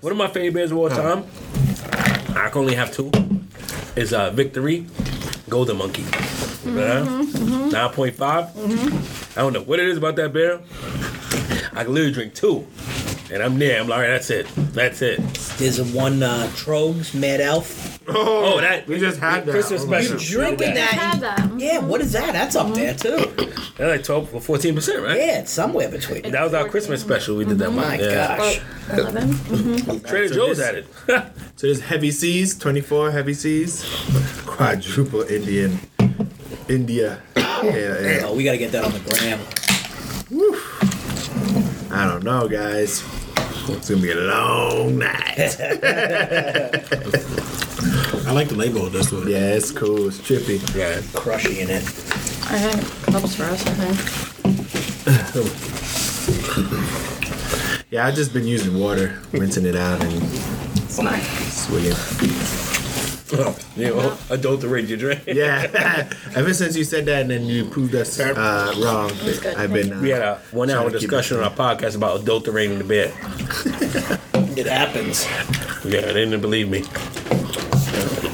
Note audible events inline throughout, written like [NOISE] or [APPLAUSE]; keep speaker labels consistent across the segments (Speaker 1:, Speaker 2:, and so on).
Speaker 1: One of my favorite bands of all time. I can only have two. Is uh, Victory, Golden Monkey.
Speaker 2: Mm-hmm,
Speaker 1: Uh, 9.5. I don't know what it is about that beer. I can literally drink two. And I'm there. I'm like, all right, that's it. That's it.
Speaker 2: There's a one uh, Trogs Mad Elf.
Speaker 1: Oh, that.
Speaker 3: We just had that.
Speaker 1: Christmas
Speaker 3: Oh,
Speaker 1: special.
Speaker 2: You
Speaker 3: yeah.
Speaker 2: drinking
Speaker 1: Yeah.
Speaker 2: that?
Speaker 4: Had that.
Speaker 2: Yeah, what is that? That's up there too.
Speaker 1: That's like 12 or 14%, right?
Speaker 2: Yeah, it's somewhere between.
Speaker 1: That was our Christmas special. We did that one.
Speaker 2: My
Speaker 1: yeah.
Speaker 2: gosh.
Speaker 4: Eleven.
Speaker 1: Trader
Speaker 3: So
Speaker 1: Joe's
Speaker 3: this-
Speaker 1: at it.
Speaker 3: [LAUGHS] So there's heavy C's, 24 heavy C's, quadruple Indian, India. Yeah, yeah.
Speaker 2: Oh, we gotta get that on the gram.
Speaker 3: I don't know, guys. It's gonna be a long night.
Speaker 5: I like the label. That's what.
Speaker 3: yeah, it's cool. It's trippy.
Speaker 1: yeah. [LAUGHS]
Speaker 2: Crushing it.
Speaker 4: I think helps for us. I think.
Speaker 3: Yeah, I've just been using water, rinsing it out, and
Speaker 4: It's nice.
Speaker 3: swigging.
Speaker 1: you know, adulterate your drink.
Speaker 3: Yeah. [LAUGHS] Ever since you said that, and then you proved us uh, wrong,
Speaker 4: good.
Speaker 3: I've been. Uh,
Speaker 1: [LAUGHS] We had a one
Speaker 3: trying
Speaker 1: hour
Speaker 3: to keep
Speaker 1: discussion
Speaker 3: it-
Speaker 1: on our podcast about adulterating the bed.
Speaker 2: It happens.
Speaker 1: Yeah, they didn't believe me.
Speaker 5: [LAUGHS]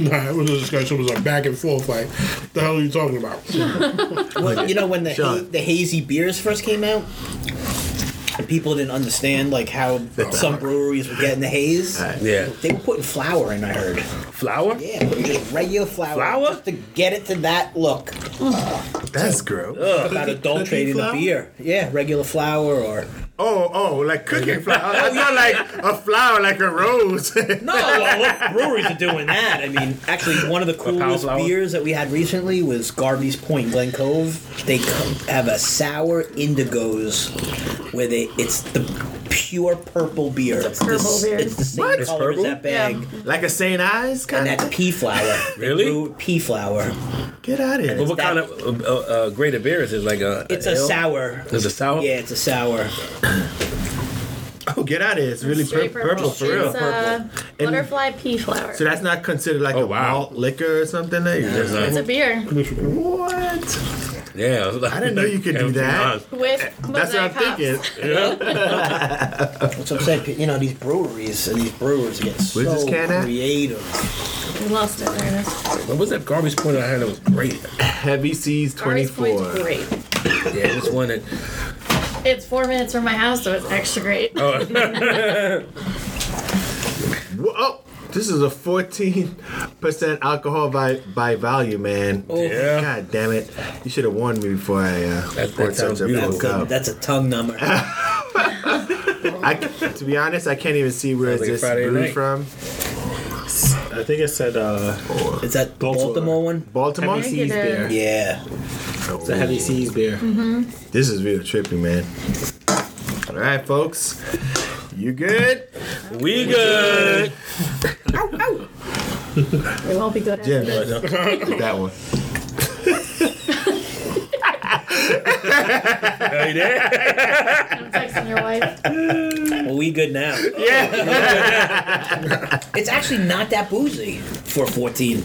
Speaker 5: Nah, it was a discussion. It was a back and forth. Like, the hell are you talking about?
Speaker 2: Well, you know when the ha-
Speaker 3: Sean.
Speaker 2: the hazy beers first came out, and people didn't understand like how some breweries were getting the haze.
Speaker 1: Yeah.
Speaker 2: They were putting flour in, I heard.
Speaker 1: Flour?
Speaker 2: Yeah, putting just regular flour.
Speaker 1: Flour?
Speaker 2: Just to get it to that look.
Speaker 3: That's gross.
Speaker 2: About adulterating the
Speaker 5: flour?
Speaker 2: beer. Yeah, regular flour or.
Speaker 3: Oh, oh, like
Speaker 1: [LAUGHS]
Speaker 3: cooking flour. It's not like a flower, like a rose. [LAUGHS]
Speaker 2: No, well, look, breweries are doing that. I mean, actually, one of the coolest
Speaker 1: flour?
Speaker 2: beers that we had recently was Garvey's Point, Glen Cove. They co- have a sour indigos, where they it's the pure purple beer. It's the,
Speaker 4: purple
Speaker 2: s-
Speaker 4: beer.
Speaker 2: It's the same
Speaker 1: It's
Speaker 2: color
Speaker 1: purple?
Speaker 2: as that bag,
Speaker 4: Yeah.
Speaker 3: like a St. Ives
Speaker 2: and
Speaker 3: kind
Speaker 2: that's
Speaker 3: of.
Speaker 2: pea flour. They
Speaker 1: Really?
Speaker 2: brew pea flour.
Speaker 3: Get out of here.
Speaker 1: But what kind of uh, uh, greater beer is it? Like a.
Speaker 2: It's a
Speaker 1: ale?
Speaker 2: sour.
Speaker 1: It's a sour?
Speaker 2: Yeah, it's a sour.
Speaker 3: Oh, get out of here. It's really pur-
Speaker 4: Straight
Speaker 3: purple. for real.
Speaker 4: It's uh,
Speaker 3: And-
Speaker 4: butterfly pea flower.
Speaker 3: So that's not considered like
Speaker 1: Oh,
Speaker 3: a
Speaker 1: wow.
Speaker 3: malt liquor or something? Like, you're just
Speaker 4: it's
Speaker 3: like,
Speaker 4: a beer
Speaker 3: what?
Speaker 1: Yeah.
Speaker 3: I didn't know you could
Speaker 1: [LAUGHS]
Speaker 3: do that.
Speaker 4: with
Speaker 3: That's what I'm
Speaker 4: mosaic
Speaker 3: thinking.
Speaker 4: hops.
Speaker 2: That's what I'm saying. You know, these breweries and these brewers get so
Speaker 3: this can at?
Speaker 2: creative.
Speaker 4: We lost it. There it is.
Speaker 1: What was that garbage point I had that was great?
Speaker 3: Heavy C's
Speaker 4: Ours
Speaker 3: 24.
Speaker 4: point's Great.
Speaker 1: Yeah, it was one
Speaker 2: [LAUGHS]
Speaker 1: that.
Speaker 4: It's four minutes from my house, so it's extra great.
Speaker 3: Oh, Whoa, oh, this is a 14% alcohol by, by volume, man.
Speaker 1: Yeah.
Speaker 3: God damn it. You should have warned me before I uh,
Speaker 1: that
Speaker 3: poured
Speaker 1: sounds
Speaker 3: such a
Speaker 1: beautiful.
Speaker 3: full
Speaker 2: That's a, that's a
Speaker 3: cup.
Speaker 2: tongue
Speaker 3: [LAUGHS]
Speaker 2: number.
Speaker 3: I, to be honest, I can't even see where
Speaker 1: Sounds like
Speaker 3: this
Speaker 1: Friday
Speaker 3: brewed
Speaker 1: night.
Speaker 3: from.
Speaker 5: I think it said uh,
Speaker 2: Is that
Speaker 5: Baltimore.
Speaker 2: Baltimore one?
Speaker 3: Baltimore?
Speaker 5: heavy
Speaker 4: think
Speaker 5: seas
Speaker 4: it is.
Speaker 5: beer.
Speaker 2: Yeah.
Speaker 5: It's a heavy seas beer.
Speaker 3: This is real trippy, man. All right, folks. You good?
Speaker 1: We good.
Speaker 4: It won't be good.
Speaker 3: Yeah, that that one.
Speaker 1: Are you there?
Speaker 4: I'm texting your wife.
Speaker 2: Well, we good now. Yeah. [LAUGHS] it's actually not that boozy for 14.
Speaker 1: I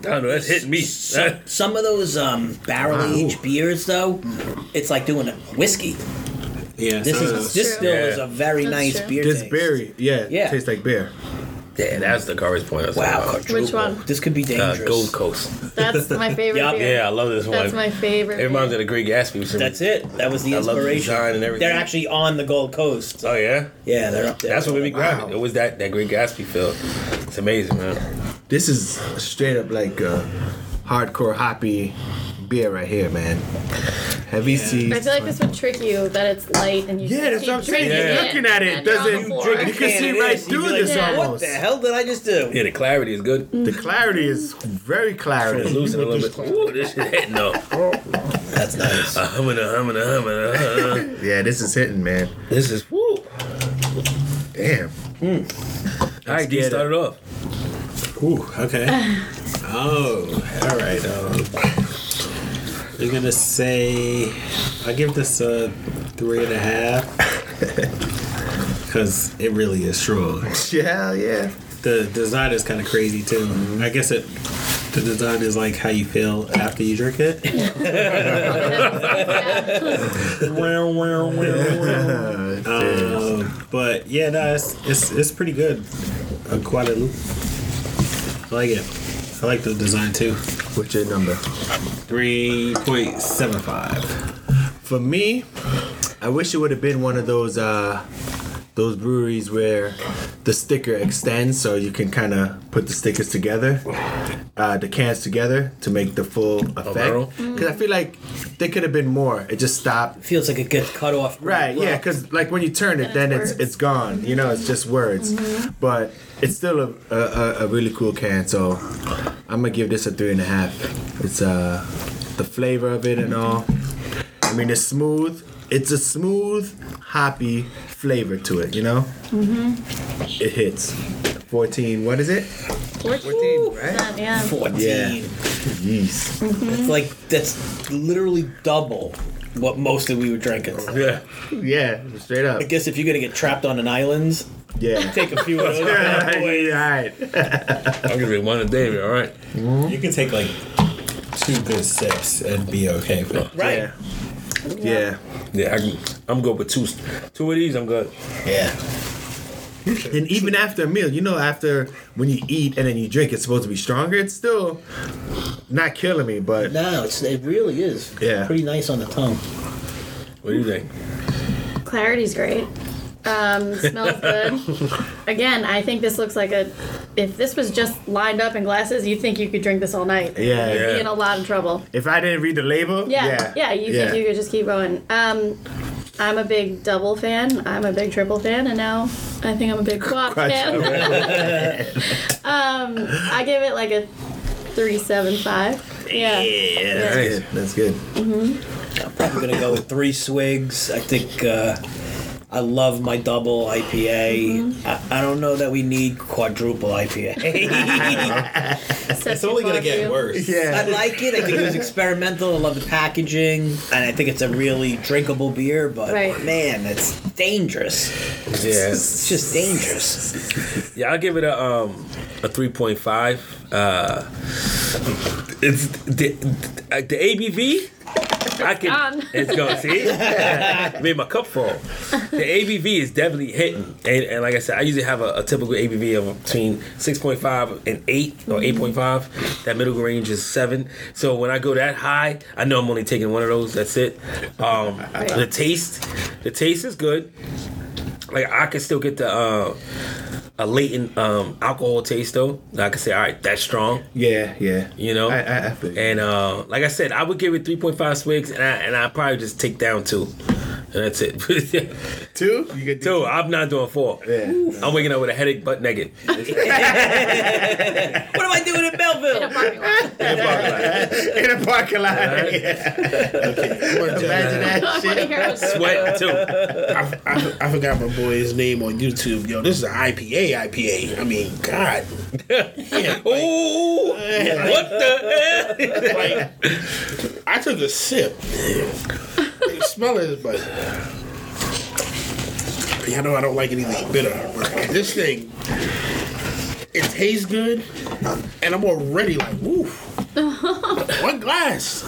Speaker 1: don't know. That's hitting me.
Speaker 2: Some of those um, barrel aged beers, though, it's like doing a whiskey.
Speaker 5: Yeah.
Speaker 2: This
Speaker 5: so
Speaker 2: is this
Speaker 4: true.
Speaker 2: still is
Speaker 1: Yeah.
Speaker 2: a very
Speaker 4: That's
Speaker 2: nice
Speaker 4: true.
Speaker 2: beer.
Speaker 3: This
Speaker 2: taste.
Speaker 3: berry, yeah,
Speaker 2: Yeah.
Speaker 3: tastes like beer.
Speaker 1: yeah, [LAUGHS] that's the garbage point. I was
Speaker 2: Wow.
Speaker 1: talking
Speaker 2: quadruple.
Speaker 4: Which one?
Speaker 2: This could be
Speaker 1: about.
Speaker 2: dangerous.
Speaker 1: Uh, Gold Coast.
Speaker 3: [LAUGHS]
Speaker 4: That's my favorite
Speaker 2: Yup.
Speaker 4: beer.
Speaker 1: Yeah, I love this
Speaker 4: That's
Speaker 1: one.
Speaker 4: my favorite.
Speaker 1: it reminds me of the Great Gatsby. which is-
Speaker 2: That's it. That was the
Speaker 1: I love the
Speaker 2: inspiration.
Speaker 1: design and everything.
Speaker 2: They're actually on the Gold Coast.
Speaker 1: Oh yeah.
Speaker 2: Yeah, they're up there.
Speaker 1: That's what made me grab
Speaker 3: Wow.
Speaker 1: it. It was that that Great Gatsby feel. It's amazing, man.
Speaker 3: This is straight up like a hardcore hoppy beer right here, man. Heavy
Speaker 4: I
Speaker 3: seas.
Speaker 4: feel like this would trick you that it's light and you
Speaker 3: Yeah, that's
Speaker 4: keep
Speaker 3: what I'm saying.
Speaker 4: drinking
Speaker 1: You're
Speaker 3: looking at it,
Speaker 4: and you're on
Speaker 3: doesn't-
Speaker 4: the
Speaker 3: you
Speaker 4: floor.
Speaker 3: drink
Speaker 2: You
Speaker 3: can see right through this
Speaker 2: What
Speaker 3: almost.
Speaker 2: the hell did I just do?
Speaker 1: Yeah, the clarity is good.
Speaker 3: The clarity is very
Speaker 1: It's
Speaker 3: clarity.
Speaker 1: losing a little bit. Ooh, this shit hitting though.
Speaker 2: That's nice.
Speaker 1: I'm gonna, I'm gonna, I'm gonna.
Speaker 3: Yeah, this is hitting, man.
Speaker 1: This is woo.
Speaker 3: Damn.
Speaker 1: All right, D,
Speaker 3: get it.
Speaker 1: start it off.
Speaker 5: Ooh, okay. oh, all right. Um, I'm gonna say I give this a three and a half because it really is strong.
Speaker 3: Hell yeah.
Speaker 5: The design is kind of crazy too. I guess it. The design is like how you feel after you drink [LAUGHS] it.
Speaker 4: Yeah.
Speaker 5: Wow, wow, wow, wow.
Speaker 3: Uh,
Speaker 5: Um, But yeah, no, it's it's, it's pretty good. A Guadalupe. I like it. I like the design too.
Speaker 3: What's your number?
Speaker 5: 3.75.
Speaker 3: For me, I wish it would have been one of those uh, those breweries where the sticker extends, so you can kind of put the stickers together, uh, the cans together to make the full
Speaker 1: barrel?
Speaker 3: effect. Because I feel like there could have been more. It just stopped.
Speaker 2: Feels like it gets cut off.
Speaker 3: Right, yeah, because like when you turn it, then it's Mm-hmm.
Speaker 4: words.
Speaker 3: it's gone. You know, it's just words. But it's still a, a a- a really cool can. So I'm gonna give this a three and a half. It's uh the flavor of it and all. I mean, it's smooth. It's a smooth hoppy flavor to it. You know. Mm-hmm. It hits. 14. What is it? [LAUGHS]
Speaker 4: 14,
Speaker 3: right?
Speaker 4: Yeah.
Speaker 2: 14.
Speaker 3: Yeah. Yeast.
Speaker 2: It's like that's literally double what mostly we were drinking.
Speaker 1: Yeah.
Speaker 3: Yeah, straight [LAUGHS] up.
Speaker 2: I guess if you're gonna get trapped on an island,
Speaker 3: [LAUGHS] Yeah.
Speaker 2: take a few of those. bad boys.
Speaker 3: Alright.
Speaker 1: I'll give it one a day. All right.
Speaker 5: You can take like two good sips and be okay with it.
Speaker 2: Right.
Speaker 3: Yeah. yeah.
Speaker 1: Yeah, I can, I'm good with two two of these. I'm good.
Speaker 5: Yeah.
Speaker 3: And even after a meal, you know, after when you eat and then you drink, it's supposed to be stronger. It's still not killing me, but
Speaker 2: No, it's, it really is.
Speaker 3: Yeah.
Speaker 2: Pretty nice on the tongue.
Speaker 1: What do you think?
Speaker 4: Clarity's great. Um, smells good. [LAUGHS] Again, I think this looks like a. If this was just lined up in glasses, you think you could drink this all night.
Speaker 3: yeah.
Speaker 1: Yeah.
Speaker 4: Be in a lot of trouble.
Speaker 3: If I didn't read the label,
Speaker 4: Yeah, yeah. you think you could just keep going. Um, I'm a big double fan. I'm a big triple fan, and now I think I'm a big quad fan. um, [LAUGHS] I give it like a three-seven-five. Yeah.
Speaker 3: Yeah, that's
Speaker 1: Nice.
Speaker 3: good. That's good.
Speaker 2: I'm gonna go with three swigs. I think uh, I love my double IPA. I, I don't know that we need quadruple [LAUGHS] IPA.
Speaker 4: It's [LAUGHS]
Speaker 5: worse.
Speaker 2: I
Speaker 3: Yeah.
Speaker 2: like it. I think it was experimental. I love the packaging, and I think it's a really drinkable beer. But
Speaker 4: Right.
Speaker 2: man, it's dangerous.
Speaker 1: [LAUGHS] Yeah.
Speaker 2: It's just dangerous.
Speaker 1: Yeah, I'll give it a um a three point five. Uh, it's the the ABV. I can.
Speaker 4: gone.
Speaker 1: It's gone. See, [LAUGHS] made my cup fall. The ABV is definitely hitting, and, and like I said, I usually have a, a typical ABV of between six point five and eight or eight point five. That middle range is seven. So when I go that high, I know I'm only taking one of those. That's it. Um, The taste, the taste is good. Like I can still get the. Uh, a latent um, alcohol taste though. Like I can say, all right, that's strong,
Speaker 3: Yeah, yeah.
Speaker 1: you know.
Speaker 3: I, I, I feel you.
Speaker 1: and uh, like I said, I would give it three point five swigs, and I and I probably just take down two, and that's it. [LAUGHS]
Speaker 3: two? You get
Speaker 1: two, I'm not doing four.
Speaker 3: Yeah.
Speaker 1: I'm waking up with a headache, butt naked.
Speaker 2: What am I doing in Belleville?
Speaker 3: In a parking lot. Yeah. Imagine that shit.
Speaker 1: Sweat too.
Speaker 6: I, I, I forgot my boy's name on YouTube. Yo, this is an IPA, IPA. I mean, God.
Speaker 1: Ooh, what the hell?
Speaker 6: Like,
Speaker 5: [LAUGHS]
Speaker 6: I took a sip. Smell it, but. Yeah, I know I don't like anything bitter, but this thing, it tastes good, and I'm already
Speaker 4: [LAUGHS]
Speaker 6: like, woof. One glass.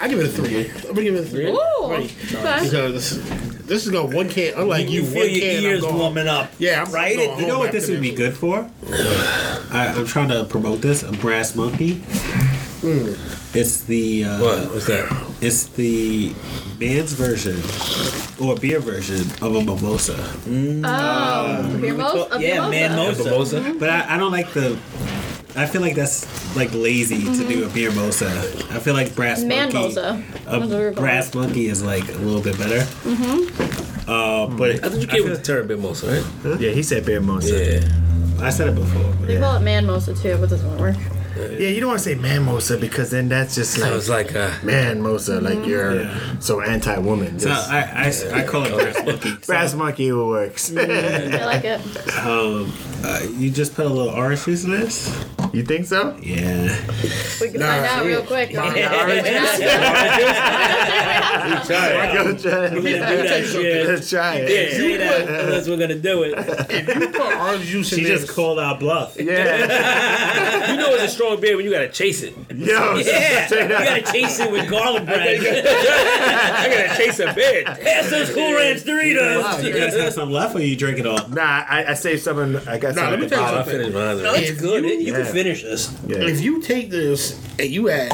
Speaker 6: I give it a three. I'm gonna give it a three.
Speaker 4: Ooh.
Speaker 6: Right.
Speaker 4: Okay.
Speaker 6: Because this is going one can, unlike you,
Speaker 2: You feel
Speaker 6: one
Speaker 2: your
Speaker 6: can. I'm
Speaker 2: ears
Speaker 6: gone.
Speaker 2: warming up.
Speaker 6: Yeah, I'm
Speaker 2: Right?
Speaker 6: going
Speaker 5: You know
Speaker 6: home
Speaker 5: what
Speaker 6: after
Speaker 5: this would be good for? I, I'm trying to promote this. A brass monkey. It's the uh,
Speaker 1: What was that?
Speaker 5: it's the man's version or beer version of a mimosa.
Speaker 4: Oh, beer mo- a
Speaker 2: yeah,
Speaker 4: mimosa.
Speaker 2: man, most of
Speaker 1: Mimosa.
Speaker 5: But I, I don't like the. I feel like that's like lazy to do a beer mosa. I feel like brass
Speaker 4: Mm-hmm. Man
Speaker 5: monkey.
Speaker 4: mosa.
Speaker 5: A
Speaker 4: That's what we're calling
Speaker 5: brass monkey is like a little bit better. Mm-hmm. Uh, but
Speaker 1: I thought you
Speaker 5: I,
Speaker 1: came with the term mimosa, right?
Speaker 3: Yeah, he said beer mimosa.
Speaker 1: Yeah.
Speaker 5: I said it before. but
Speaker 4: They
Speaker 5: yeah.
Speaker 4: call it man mosa too, but this won't work.
Speaker 3: Yeah, you don't want to say man mimosa because then that's just
Speaker 1: I
Speaker 3: like
Speaker 1: was like, uh,
Speaker 3: man mimosa, like you're
Speaker 5: Yeah.
Speaker 3: so anti woman.
Speaker 5: So I, I, I call it brass monkey.
Speaker 3: [LAUGHS]
Speaker 5: So,
Speaker 3: Brass monkey works.
Speaker 4: I like it.
Speaker 5: um, uh, you just put a little orange juice in this.
Speaker 3: [LAUGHS] You think so?
Speaker 5: Yeah.
Speaker 4: We can
Speaker 6: Nah,
Speaker 4: find out real quick.
Speaker 3: Go try
Speaker 4: Please
Speaker 3: it.
Speaker 4: don't.
Speaker 3: Let's try it.
Speaker 2: Say that unless we're gonna do it.
Speaker 6: You put orange juice in
Speaker 5: She
Speaker 6: there.
Speaker 5: just called
Speaker 2: [LAUGHS]
Speaker 5: out bluff.
Speaker 3: Yeah.
Speaker 1: You know it's a strong beer when you gotta chase it.
Speaker 3: Yo, straight
Speaker 2: You
Speaker 3: up.
Speaker 2: gotta chase it with garlic bread.
Speaker 1: [LAUGHS] I gotta chase a beer.
Speaker 2: Pass those Cool Ranch Doritos.
Speaker 5: Wow,
Speaker 2: [LAUGHS]
Speaker 5: you guys have some left, or you drink it all?
Speaker 3: Nah, I, I saved someone. I got
Speaker 6: Nah, let
Speaker 3: some
Speaker 6: me
Speaker 3: at the
Speaker 6: tell you
Speaker 1: Oh, I
Speaker 3: bottom.
Speaker 1: finished mine.
Speaker 2: No, it's good. You can
Speaker 3: Yeah.
Speaker 2: finish this.
Speaker 3: Yeah.
Speaker 6: If you take this and you add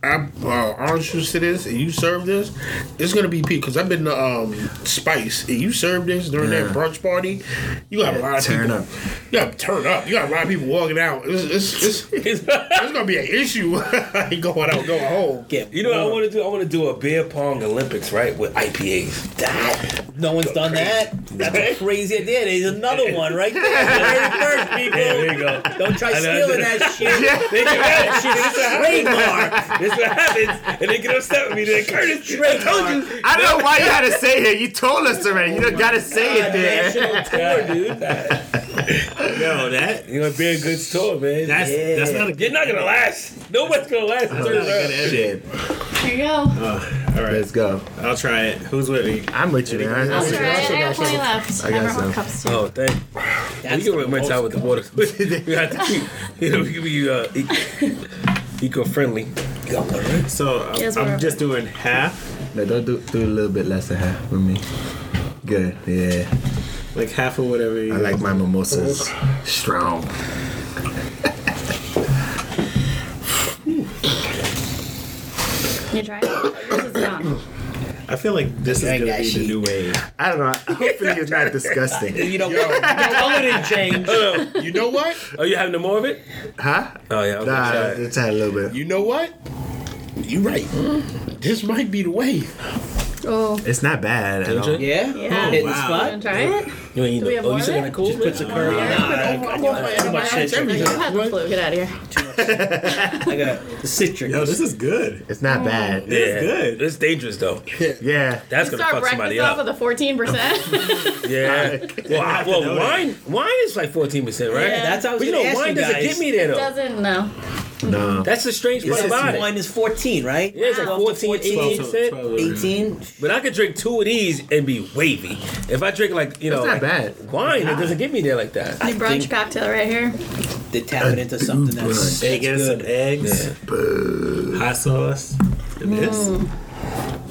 Speaker 6: uh, uh, orange juice to this and you serve this, it's gonna be peak. Cause I've been to um, Spice and you serve this during that brunch party, you have a lot of
Speaker 3: turn
Speaker 6: people.
Speaker 3: up.
Speaker 6: You got turn up. You got a lot of people walking out. It's
Speaker 3: [LAUGHS]
Speaker 6: it's, it's, it's gonna be an issue [LAUGHS] like going out going home.
Speaker 2: Get
Speaker 1: You know what I
Speaker 2: warm.
Speaker 1: want to do? I want to do a beer pong Olympics, right, with IPAs.
Speaker 2: No one's done that. That's a crazy idea. There's another one right there. Very first, people.
Speaker 1: there you go.
Speaker 2: Don't try
Speaker 1: I know.
Speaker 2: stealing that shit.
Speaker 1: They get
Speaker 2: That
Speaker 1: mad.
Speaker 2: shit's trademark.
Speaker 1: This what happens, and they get upset with me. They're like, Curtis, I told you.
Speaker 3: I don't know why you had to say it. You told us already. You don't gotta [LAUGHS] say it there.
Speaker 2: National tour, dude.
Speaker 5: Yo, that
Speaker 1: You're gonna be a good store, man.
Speaker 5: that's that's
Speaker 2: Yeah.
Speaker 5: not a
Speaker 1: You're
Speaker 5: good.
Speaker 1: not gonna last. Nobody's gonna last. in
Speaker 5: That's
Speaker 1: third
Speaker 5: not a good
Speaker 1: round.
Speaker 5: edit.
Speaker 3: Shit.
Speaker 4: Here you go.
Speaker 5: All right,
Speaker 3: Let's go.
Speaker 5: I'll try it. Who's with me?
Speaker 3: I'm with you, man.
Speaker 4: I'll
Speaker 3: I'm with you.
Speaker 4: try it. I got plenty left. I
Speaker 3: got
Speaker 4: got
Speaker 3: some.
Speaker 4: cups too.
Speaker 1: Oh, thank.
Speaker 2: That's
Speaker 1: you
Speaker 2: the
Speaker 1: can rinse
Speaker 2: most-
Speaker 1: out with the water. [LAUGHS] we have to keep, you know, we can be uh, eco friendly.
Speaker 5: So
Speaker 3: uh,
Speaker 5: I'm,
Speaker 4: Yes,
Speaker 5: I'm
Speaker 4: whatever.
Speaker 5: just doing half,
Speaker 3: No, don't do, do a little bit less than half with me. Good. Yeah.
Speaker 5: like half of whatever. You
Speaker 3: I like my mimosas strong.
Speaker 4: You try it? This is gone.
Speaker 5: I feel like this is
Speaker 2: Dang
Speaker 5: gonna
Speaker 2: that
Speaker 5: be the
Speaker 2: shit.
Speaker 5: new wave.
Speaker 3: I don't know. Hopefully it's not disgusting. [LAUGHS]
Speaker 2: You don't,
Speaker 6: Yo.
Speaker 2: you don't want it to
Speaker 4: Oh,
Speaker 2: change.
Speaker 6: You know what?
Speaker 1: Oh, Are you having no more of it?
Speaker 3: Huh?
Speaker 1: Oh yeah. I was gonna
Speaker 3: Nah,
Speaker 1: try it.
Speaker 3: it's had a little bit.
Speaker 6: You know what? You right. This might be the way.
Speaker 4: Oh,
Speaker 3: It's not bad at all.
Speaker 1: Ginger?
Speaker 2: Yeah?
Speaker 4: Yeah.
Speaker 2: Hit the
Speaker 5: Wow.
Speaker 4: you
Speaker 2: spot.
Speaker 4: want to try it?
Speaker 1: You ain't eat
Speaker 4: Do we
Speaker 1: no-
Speaker 4: have
Speaker 1: Oh,
Speaker 4: more
Speaker 1: you
Speaker 4: of
Speaker 1: still
Speaker 4: it?
Speaker 1: got a cool
Speaker 2: Puts a
Speaker 1: bit?
Speaker 2: curve on it.
Speaker 6: I'm off my antibiotics,
Speaker 4: No, you
Speaker 6: everything.
Speaker 4: have the flu. Get out of here.
Speaker 2: I got the citrus.
Speaker 5: Yo, this is good.
Speaker 3: It's not bad.
Speaker 1: Mm. Yeah.
Speaker 5: It's good.
Speaker 1: It's dangerous though.
Speaker 3: Yeah.
Speaker 1: That's
Speaker 4: You
Speaker 1: gonna
Speaker 4: start
Speaker 1: fuck somebody
Speaker 4: breakfast off
Speaker 1: up.
Speaker 4: with a
Speaker 3: [LAUGHS]
Speaker 4: 14%.
Speaker 1: Yeah. [LAUGHS] well, I, well, wine, wine is like fourteen percent, right?
Speaker 4: Yeah.
Speaker 2: That's how I was
Speaker 1: But you
Speaker 2: gonna
Speaker 1: know,
Speaker 2: ask
Speaker 1: wine
Speaker 2: you
Speaker 1: doesn't
Speaker 2: guys.
Speaker 1: get me there though.
Speaker 4: Doesn't know.
Speaker 3: No.
Speaker 1: That's the strange
Speaker 2: This
Speaker 1: part
Speaker 2: is
Speaker 1: about it.
Speaker 2: wine is 14, right?
Speaker 1: Yeah, it's like 14, 18 percent.
Speaker 2: 18.
Speaker 1: But I could drink two of these and be wavy. If I drink like you know,
Speaker 3: It's not
Speaker 1: like
Speaker 3: bad.
Speaker 1: wine, it doesn't get me there like that.
Speaker 4: New brunch cocktail right here.
Speaker 2: They're tapping into something that's,
Speaker 5: They
Speaker 2: that's
Speaker 5: get some
Speaker 2: good.
Speaker 5: eggs, hot sauce, and this.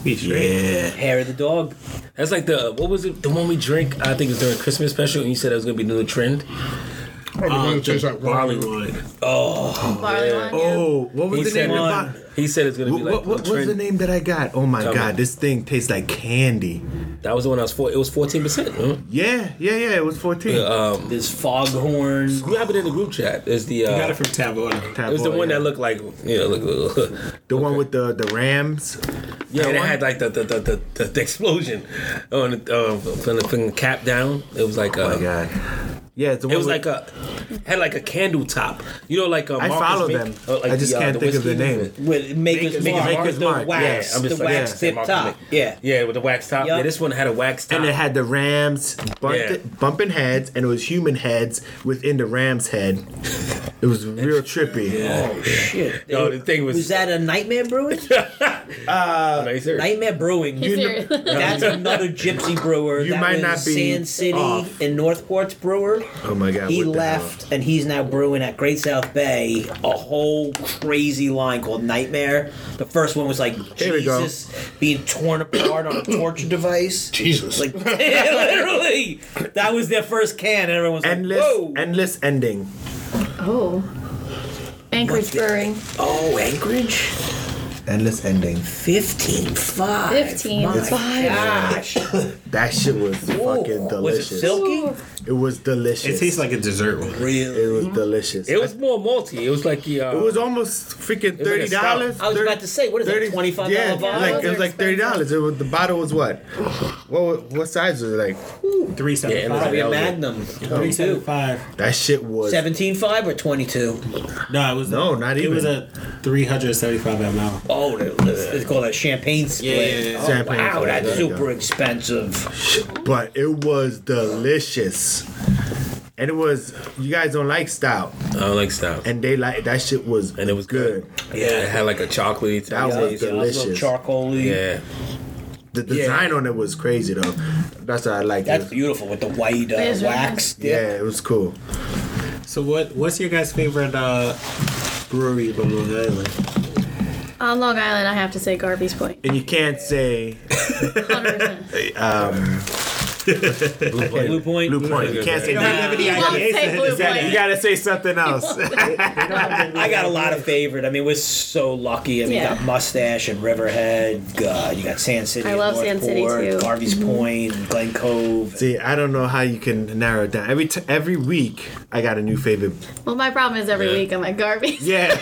Speaker 5: We straight.
Speaker 3: Yeah.
Speaker 2: Hair of the dog.
Speaker 1: That's like the what was it? The one we drink. I think it was during Christmas special, and you said that was gonna be the new trend.
Speaker 5: Um,
Speaker 6: Um,
Speaker 5: the barley wine.
Speaker 4: Barley wine. yeah.
Speaker 3: Oh, what was
Speaker 1: He
Speaker 3: the
Speaker 1: said,
Speaker 3: name of the
Speaker 2: on.
Speaker 3: pot?
Speaker 1: he said it's gonna be
Speaker 3: What,
Speaker 1: like
Speaker 3: what, what
Speaker 1: the
Speaker 3: was
Speaker 1: trend.
Speaker 3: the name that I got? Oh my
Speaker 1: Tell me.
Speaker 3: god, this thing tastes like candy.
Speaker 1: That was the one I was for. It was fourteen percent. Mm.
Speaker 3: Yeah, yeah, yeah. It was 14.
Speaker 1: Um,
Speaker 2: There's foghorn.
Speaker 1: who have it in the group chat? Is the
Speaker 5: Got
Speaker 1: uh,
Speaker 5: it from Taborna.
Speaker 1: it was the
Speaker 3: Tabor,
Speaker 1: one
Speaker 3: yeah.
Speaker 1: that looked like you know, look, look,
Speaker 3: the one with the the Rams. Oh
Speaker 1: Yeah, and it
Speaker 3: one?
Speaker 1: had like the the, the, the, the, the explosion on the, uh, from the, from the cap down. It was like
Speaker 3: Oh
Speaker 1: a,
Speaker 3: my god. Yeah, it's the
Speaker 1: Uh,
Speaker 3: one
Speaker 1: it was
Speaker 3: with-
Speaker 1: like a had like a candle top. You know, like a
Speaker 3: I
Speaker 1: Marcus
Speaker 3: follow
Speaker 1: Mink-
Speaker 3: them.
Speaker 1: uh, like
Speaker 3: I just
Speaker 1: the, uh,
Speaker 3: can't
Speaker 1: the
Speaker 3: think of the
Speaker 1: whiskey.
Speaker 3: name.
Speaker 2: With Maker's,
Speaker 3: Maker's
Speaker 2: Mark,
Speaker 3: Mark,
Speaker 2: with the
Speaker 3: Mark,
Speaker 2: wax,
Speaker 1: yeah, I'm
Speaker 2: the
Speaker 1: just like,
Speaker 2: wax
Speaker 1: yeah,
Speaker 2: tip
Speaker 1: Marcus
Speaker 2: top.
Speaker 1: Mink.
Speaker 2: Yeah.
Speaker 1: Yeah, with the wax top.
Speaker 2: Yup.
Speaker 1: Yeah, this one had a wax top.
Speaker 3: And it had the Rams bump
Speaker 1: Yeah.
Speaker 3: bumping heads, and it was human heads within the Rams head. It was real trippy.
Speaker 2: Oh shit.
Speaker 1: Yo, the thing was-
Speaker 2: Was that a
Speaker 1: [LAUGHS]
Speaker 2: Nightmare Brewing?
Speaker 1: nicer.
Speaker 2: Nightmare Brewing.
Speaker 4: He's serious.
Speaker 2: [LAUGHS] That's another gypsy brewer.
Speaker 3: You
Speaker 2: that
Speaker 3: might
Speaker 2: was
Speaker 3: not be
Speaker 2: Sand City
Speaker 3: off.
Speaker 2: and Northport's brewer.
Speaker 3: Oh my god!
Speaker 2: He
Speaker 3: what the hell?
Speaker 2: left, and he's now brewing at Great South Bay a whole crazy line called Nightmare. The first one was like
Speaker 3: Here we go.
Speaker 2: Jesus being torn apart on a torture
Speaker 3: [CLEARS THROAT]
Speaker 2: device.
Speaker 6: Jesus.
Speaker 2: Like [LAUGHS] literally, that was their first can. And everyone was
Speaker 3: Endless,
Speaker 2: like, "Whoa!"
Speaker 3: endless ending.
Speaker 4: Oh. [LAUGHS] Anchorage Brewing.
Speaker 2: oh, Anchorage,
Speaker 3: Endless ending.
Speaker 2: fifteen five. Oh
Speaker 4: 15.
Speaker 2: My
Speaker 4: Five.
Speaker 2: Gosh,
Speaker 3: That shit was fucking
Speaker 2: Ooh, was
Speaker 3: delicious.
Speaker 2: it silky?
Speaker 3: It was delicious.
Speaker 5: It tastes like a dessert one.
Speaker 2: Really?
Speaker 3: it was delicious.
Speaker 1: it was more malty. It was like the. Uh,
Speaker 3: It was almost freaking
Speaker 1: was like a
Speaker 3: thirty dollars.
Speaker 2: I was about to say, what is it, $25
Speaker 3: Yeah,
Speaker 2: bottle?
Speaker 3: like it was like thirty dollars.
Speaker 4: Those
Speaker 3: It was the bottle was what? What what size was it? Like
Speaker 5: Three
Speaker 1: Yeah, it
Speaker 5: seven
Speaker 1: was
Speaker 5: five.
Speaker 2: Probably a
Speaker 1: That was it.
Speaker 2: Magnum.
Speaker 5: Three seven
Speaker 2: 22.
Speaker 5: five.
Speaker 3: that shit was.
Speaker 2: 17.5 or 22?
Speaker 5: No, it was
Speaker 3: No, not
Speaker 5: It
Speaker 3: even.
Speaker 5: was a three hundred seventy five ml.
Speaker 2: Oh, they, they call that champagne split.
Speaker 5: yeah, yeah.
Speaker 2: Oh,
Speaker 3: Champagne
Speaker 2: wow,
Speaker 3: split,
Speaker 2: that's
Speaker 3: there you go.
Speaker 2: super expensive.
Speaker 3: But it was delicious. and it was you guys don't like stout,
Speaker 1: I don't like stout.
Speaker 3: and they like that shit was
Speaker 1: And it was good.
Speaker 2: Yeah.
Speaker 1: It had like a chocolatey.
Speaker 3: That
Speaker 2: Yeah,
Speaker 3: was
Speaker 2: it's a little
Speaker 3: delicious.
Speaker 2: charcoaly.
Speaker 3: [LAUGHS]
Speaker 1: yeah.
Speaker 3: The design on it was crazy though. That's what I like.
Speaker 2: That's beautiful with the white uh,
Speaker 4: is really
Speaker 2: wax.
Speaker 3: yeah, it was cool.
Speaker 5: So what? What's your guys' favorite uh, brewery from Long Island?
Speaker 4: On Long Island, I have to say Garvey's
Speaker 2: [LAUGHS]
Speaker 4: Point.
Speaker 3: And you can't say
Speaker 4: 100%.
Speaker 1: Blue Point.
Speaker 3: [LAUGHS]
Speaker 2: Blue point.
Speaker 3: Blue Point. You can't say that.
Speaker 4: He won't say Blue
Speaker 3: You
Speaker 4: Point.
Speaker 3: gotta say something else.
Speaker 2: I got a lot of favorite. I mean, we're so lucky. I mean,
Speaker 4: Yeah.
Speaker 2: you got Mustache and Riverhead. God, you got Sand City.
Speaker 4: I
Speaker 2: and
Speaker 4: love
Speaker 2: North
Speaker 4: Sand City,
Speaker 2: Port,
Speaker 4: too. Mm-hmm.
Speaker 2: Harvey's Point, Glen Cove.
Speaker 3: See, I don't know how you can narrow it down. Every t- every week, I got a new favorite.
Speaker 4: Well, my problem is every
Speaker 1: Yeah.
Speaker 4: week I'm at Garvey's.
Speaker 3: [LAUGHS] Yeah,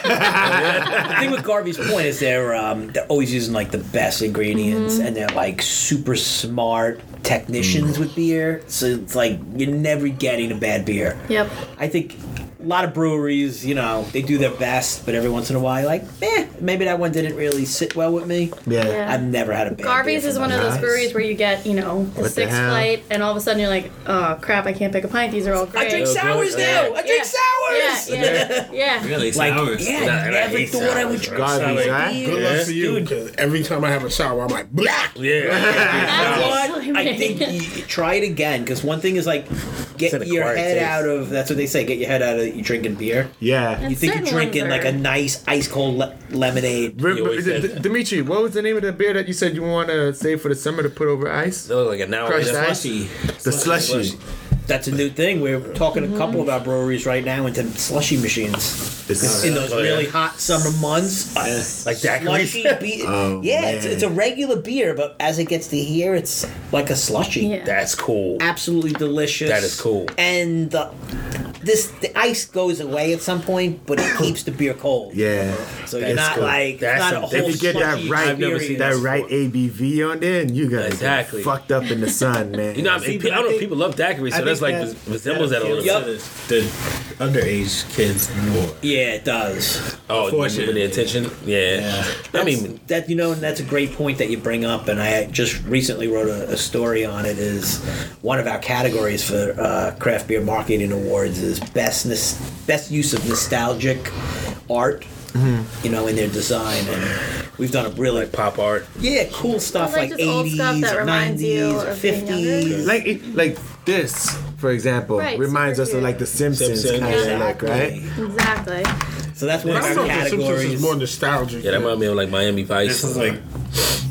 Speaker 2: The thing with Garvey's Point is they're um, they're always using like the best ingredients,
Speaker 4: Mm-hmm.
Speaker 2: and they're like super smart technicians with beer. So it's like you're never getting a bad beer.
Speaker 4: [LAUGHS] Yep.
Speaker 2: I think a lot of breweries, you know, they do their best, but every once in a while, like, eh, maybe that one didn't really sit well with me.
Speaker 3: yeah.
Speaker 4: Yeah.
Speaker 2: I've never had a bad
Speaker 4: Garvey's
Speaker 2: beer
Speaker 4: is
Speaker 2: from
Speaker 4: one of those
Speaker 3: Nice.
Speaker 4: breweries where you get, you know, the
Speaker 3: What the
Speaker 4: sixth
Speaker 3: hell?
Speaker 4: flight, and all of a sudden you're like, oh crap, I can't pick a pint. These are all great.
Speaker 2: I drink sours
Speaker 1: Yeah.
Speaker 2: now. I drink sours.
Speaker 4: Yeah,
Speaker 2: [LAUGHS]
Speaker 4: yeah, yeah.
Speaker 5: Really,
Speaker 2: Like,
Speaker 5: sours.
Speaker 2: yeah,
Speaker 1: And I-
Speaker 2: I
Speaker 1: and I
Speaker 2: never
Speaker 1: hate
Speaker 2: thought I would
Speaker 1: sours,
Speaker 2: drink
Speaker 3: bro.
Speaker 2: sour
Speaker 3: Garbage, right?
Speaker 2: beer.
Speaker 6: Good luck for you,
Speaker 2: Dude.
Speaker 6: because every time I have a sour, I'm like, blah.
Speaker 1: Yeah.
Speaker 4: That's usually me.
Speaker 2: I
Speaker 4: [LAUGHS]
Speaker 2: think you, try it again because one thing is like
Speaker 1: an
Speaker 2: get your
Speaker 1: acquired
Speaker 2: head
Speaker 1: taste.
Speaker 2: out of that's what they say get your head out of you drinking beer.
Speaker 3: yeah.
Speaker 2: You think you're
Speaker 4: Certain
Speaker 2: drinking
Speaker 4: ones
Speaker 2: like
Speaker 4: are-
Speaker 2: a nice ice cold le- lemonade.
Speaker 3: Re-
Speaker 1: He always
Speaker 3: D-
Speaker 1: says
Speaker 3: D- Dimitri, what was the name of the beer that you said you want to save for the summer to put over ice?
Speaker 1: They look like an hour.
Speaker 3: Crushed
Speaker 1: later.
Speaker 3: ice? The slushy.
Speaker 2: That's a new thing. We're talking a couple of our breweries right now into slushy machines
Speaker 3: It's-
Speaker 2: in those
Speaker 1: Oh, yeah.
Speaker 2: really hot summer months.
Speaker 1: Like
Speaker 2: Slushy
Speaker 1: daiquiris. [LAUGHS]
Speaker 2: beer.
Speaker 3: Oh,
Speaker 2: yeah, it's,
Speaker 3: man.
Speaker 2: it's a regular beer, but as it gets to here, it's like a slushy.
Speaker 4: Yeah.
Speaker 1: That's cool.
Speaker 2: Absolutely delicious.
Speaker 1: That is cool.
Speaker 2: And the, this the ice goes away at some point, but it keeps the beer cold.
Speaker 3: Yeah.
Speaker 2: So you're
Speaker 1: That's
Speaker 2: not
Speaker 1: cool.
Speaker 2: like
Speaker 1: That's
Speaker 2: not a
Speaker 1: some-
Speaker 2: whole.
Speaker 3: If you get that
Speaker 2: slushy
Speaker 3: right,
Speaker 1: I've never seen
Speaker 2: experience.
Speaker 3: that right ABV on there, and you got
Speaker 1: Exactly.
Speaker 3: fucked up in the
Speaker 1: [LAUGHS]
Speaker 3: sun, man.
Speaker 1: You know, I, mean,
Speaker 5: See,
Speaker 1: pe- I
Speaker 5: but I
Speaker 1: don't know.
Speaker 5: think-
Speaker 1: People love daiquiris, so
Speaker 5: I
Speaker 1: that's
Speaker 5: think
Speaker 1: like
Speaker 5: that-
Speaker 1: resembles that a little
Speaker 2: Yep.
Speaker 1: bit.
Speaker 5: The underage kids more.
Speaker 2: Yeah, it does.
Speaker 1: Oh,
Speaker 5: Unfortunately.
Speaker 1: moving the attention. Yeah. I mean,
Speaker 2: That you know, and that's a great point that you bring up. And I just recently wrote a, a story on it. Is one of our categories for uh, craft beer marketing awards is best nos- best use of nostalgic art.
Speaker 1: Mm-hmm.
Speaker 2: You know, in their design, and we've done a really
Speaker 1: like pop art.
Speaker 2: Yeah, cool stuff
Speaker 4: Well, like
Speaker 2: like,
Speaker 4: just old
Speaker 2: 80s,
Speaker 4: stuff that reminds
Speaker 2: 90s,
Speaker 4: you
Speaker 2: or
Speaker 4: of being younger.
Speaker 2: 50s.
Speaker 3: like it, like this, for example,
Speaker 4: Right,
Speaker 3: reminds us
Speaker 4: superhero.
Speaker 3: of like the Simpsons,
Speaker 5: Simpsons.
Speaker 3: kind of like
Speaker 2: Exactly.
Speaker 3: right.
Speaker 4: Exactly.
Speaker 2: So that's one
Speaker 6: I
Speaker 2: of
Speaker 6: don't know
Speaker 2: our
Speaker 6: if The Simpsons
Speaker 2: categories.
Speaker 6: is more nostalgic.
Speaker 1: Yeah, that
Speaker 6: than-
Speaker 1: might be like Miami Vice.
Speaker 5: This is like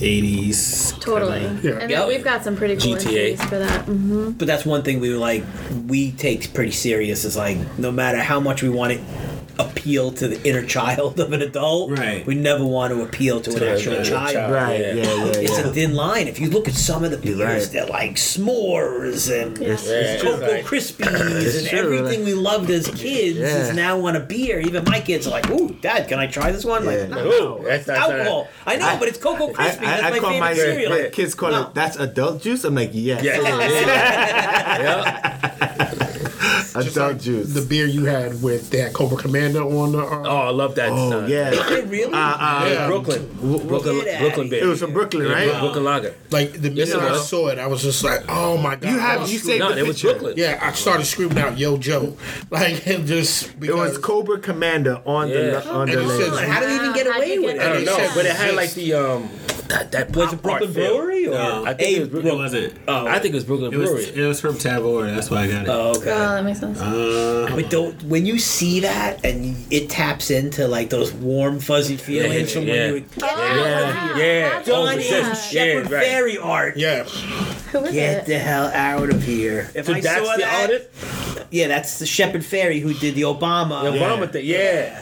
Speaker 5: 80s.
Speaker 4: Totally. And
Speaker 2: Yep.
Speaker 4: then we've got some pretty cool
Speaker 1: GTA.
Speaker 4: entries for that. Mhm.
Speaker 2: but that's one thing we were like we take pretty serious is like no matter how much we want to appeal to the inner child [LAUGHS] of an adult,
Speaker 5: Right.
Speaker 2: we never want to appeal to, an actual child.
Speaker 1: child.
Speaker 3: Right,
Speaker 1: Yeah. [LAUGHS]
Speaker 3: yeah, yeah, yeah.
Speaker 2: It's a thin line. If you look at some of the beers,
Speaker 3: right.
Speaker 2: they're like s'mores and
Speaker 1: Yeah,
Speaker 2: Cocoa
Speaker 1: it's
Speaker 2: Krispies and
Speaker 3: true,
Speaker 2: everything we
Speaker 3: like-
Speaker 2: loved as kids
Speaker 3: Yeah.
Speaker 2: is now on a beer. Even my kids are like, "Ooh, Dad, can I try this one?"
Speaker 3: Yeah.
Speaker 2: Like, no,
Speaker 1: Ooh, that's not-
Speaker 2: alcohol. I know, but it's Cocoa
Speaker 3: I,
Speaker 2: Krispie.
Speaker 3: I,
Speaker 2: that's
Speaker 3: I
Speaker 2: my
Speaker 3: call
Speaker 2: favorite
Speaker 3: my, uh,
Speaker 2: cereal.
Speaker 3: my kids call
Speaker 2: No.
Speaker 3: it that's adult juice. I'm like, yes,
Speaker 1: Yeah. yeah.
Speaker 3: adult juice.
Speaker 6: The beer you had with they had Cobra Commander on the. Uh,
Speaker 1: Oh, I love that.
Speaker 3: oh
Speaker 1: design.
Speaker 3: yeah,
Speaker 2: It really?
Speaker 3: uh,
Speaker 1: Yeah, Brooklyn. Brooklyn,
Speaker 2: Get outta
Speaker 1: Brooklyn
Speaker 2: here.
Speaker 1: beer.
Speaker 3: it was from Brooklyn, right?
Speaker 1: Yeah, Brooklyn Lager.
Speaker 6: Like the minute
Speaker 1: Yes, it
Speaker 6: I
Speaker 1: was.
Speaker 6: saw it, I was just like, "Oh my god!"
Speaker 3: You
Speaker 6: I
Speaker 3: have
Speaker 6: was
Speaker 3: you
Speaker 6: screaming.
Speaker 3: saved
Speaker 1: No,
Speaker 3: the
Speaker 1: it was
Speaker 3: picture.
Speaker 1: Brooklyn.
Speaker 6: Yeah, I started screaming out, "Yo, Joe!" [LAUGHS] Like it just
Speaker 3: It was
Speaker 6: because-
Speaker 3: Cobra Commander on
Speaker 1: Yeah.
Speaker 3: the on the
Speaker 4: Mm-hmm.
Speaker 6: And it says-
Speaker 3: label.
Speaker 2: How did he even get
Speaker 4: Wow, how'd
Speaker 2: away
Speaker 4: you
Speaker 2: with
Speaker 4: get
Speaker 1: I
Speaker 2: it?
Speaker 6: And
Speaker 1: don't
Speaker 6: it
Speaker 1: know,
Speaker 6: says
Speaker 1: but it had
Speaker 6: six.
Speaker 1: like the um that that
Speaker 2: Was
Speaker 1: pop
Speaker 2: it Brooklyn
Speaker 1: art feel.
Speaker 2: Brewery or
Speaker 5: No.
Speaker 1: I think it was
Speaker 5: It
Speaker 1: Brooklyn.
Speaker 5: wasn't.
Speaker 1: I think it was Brooklyn
Speaker 5: It was,
Speaker 1: Uh, Brewery.
Speaker 5: it was from Tabor. That's why I got it.
Speaker 2: Oh, okay.
Speaker 4: Oh, that makes sense.
Speaker 5: Uh,
Speaker 2: But don't, when you see that and it taps into like those warm fuzzy feelings
Speaker 1: Yeah,
Speaker 2: from
Speaker 1: yeah.
Speaker 2: when you were
Speaker 1: Yeah,
Speaker 4: wow.
Speaker 1: yeah.
Speaker 4: That's
Speaker 1: Oh,
Speaker 2: Donnie
Speaker 1: it
Speaker 2: and
Speaker 1: says- yeah,
Speaker 2: Shepherd
Speaker 1: right.
Speaker 2: Fairy art.
Speaker 6: Yeah,
Speaker 4: Who was
Speaker 2: Get
Speaker 4: it?
Speaker 2: the hell out of here! If
Speaker 1: So
Speaker 2: I
Speaker 1: that's
Speaker 2: saw
Speaker 1: the
Speaker 2: that,
Speaker 1: audit.
Speaker 2: yeah, that's the Shepherd Fairy who did the Obama.
Speaker 1: Obama thing. Yeah.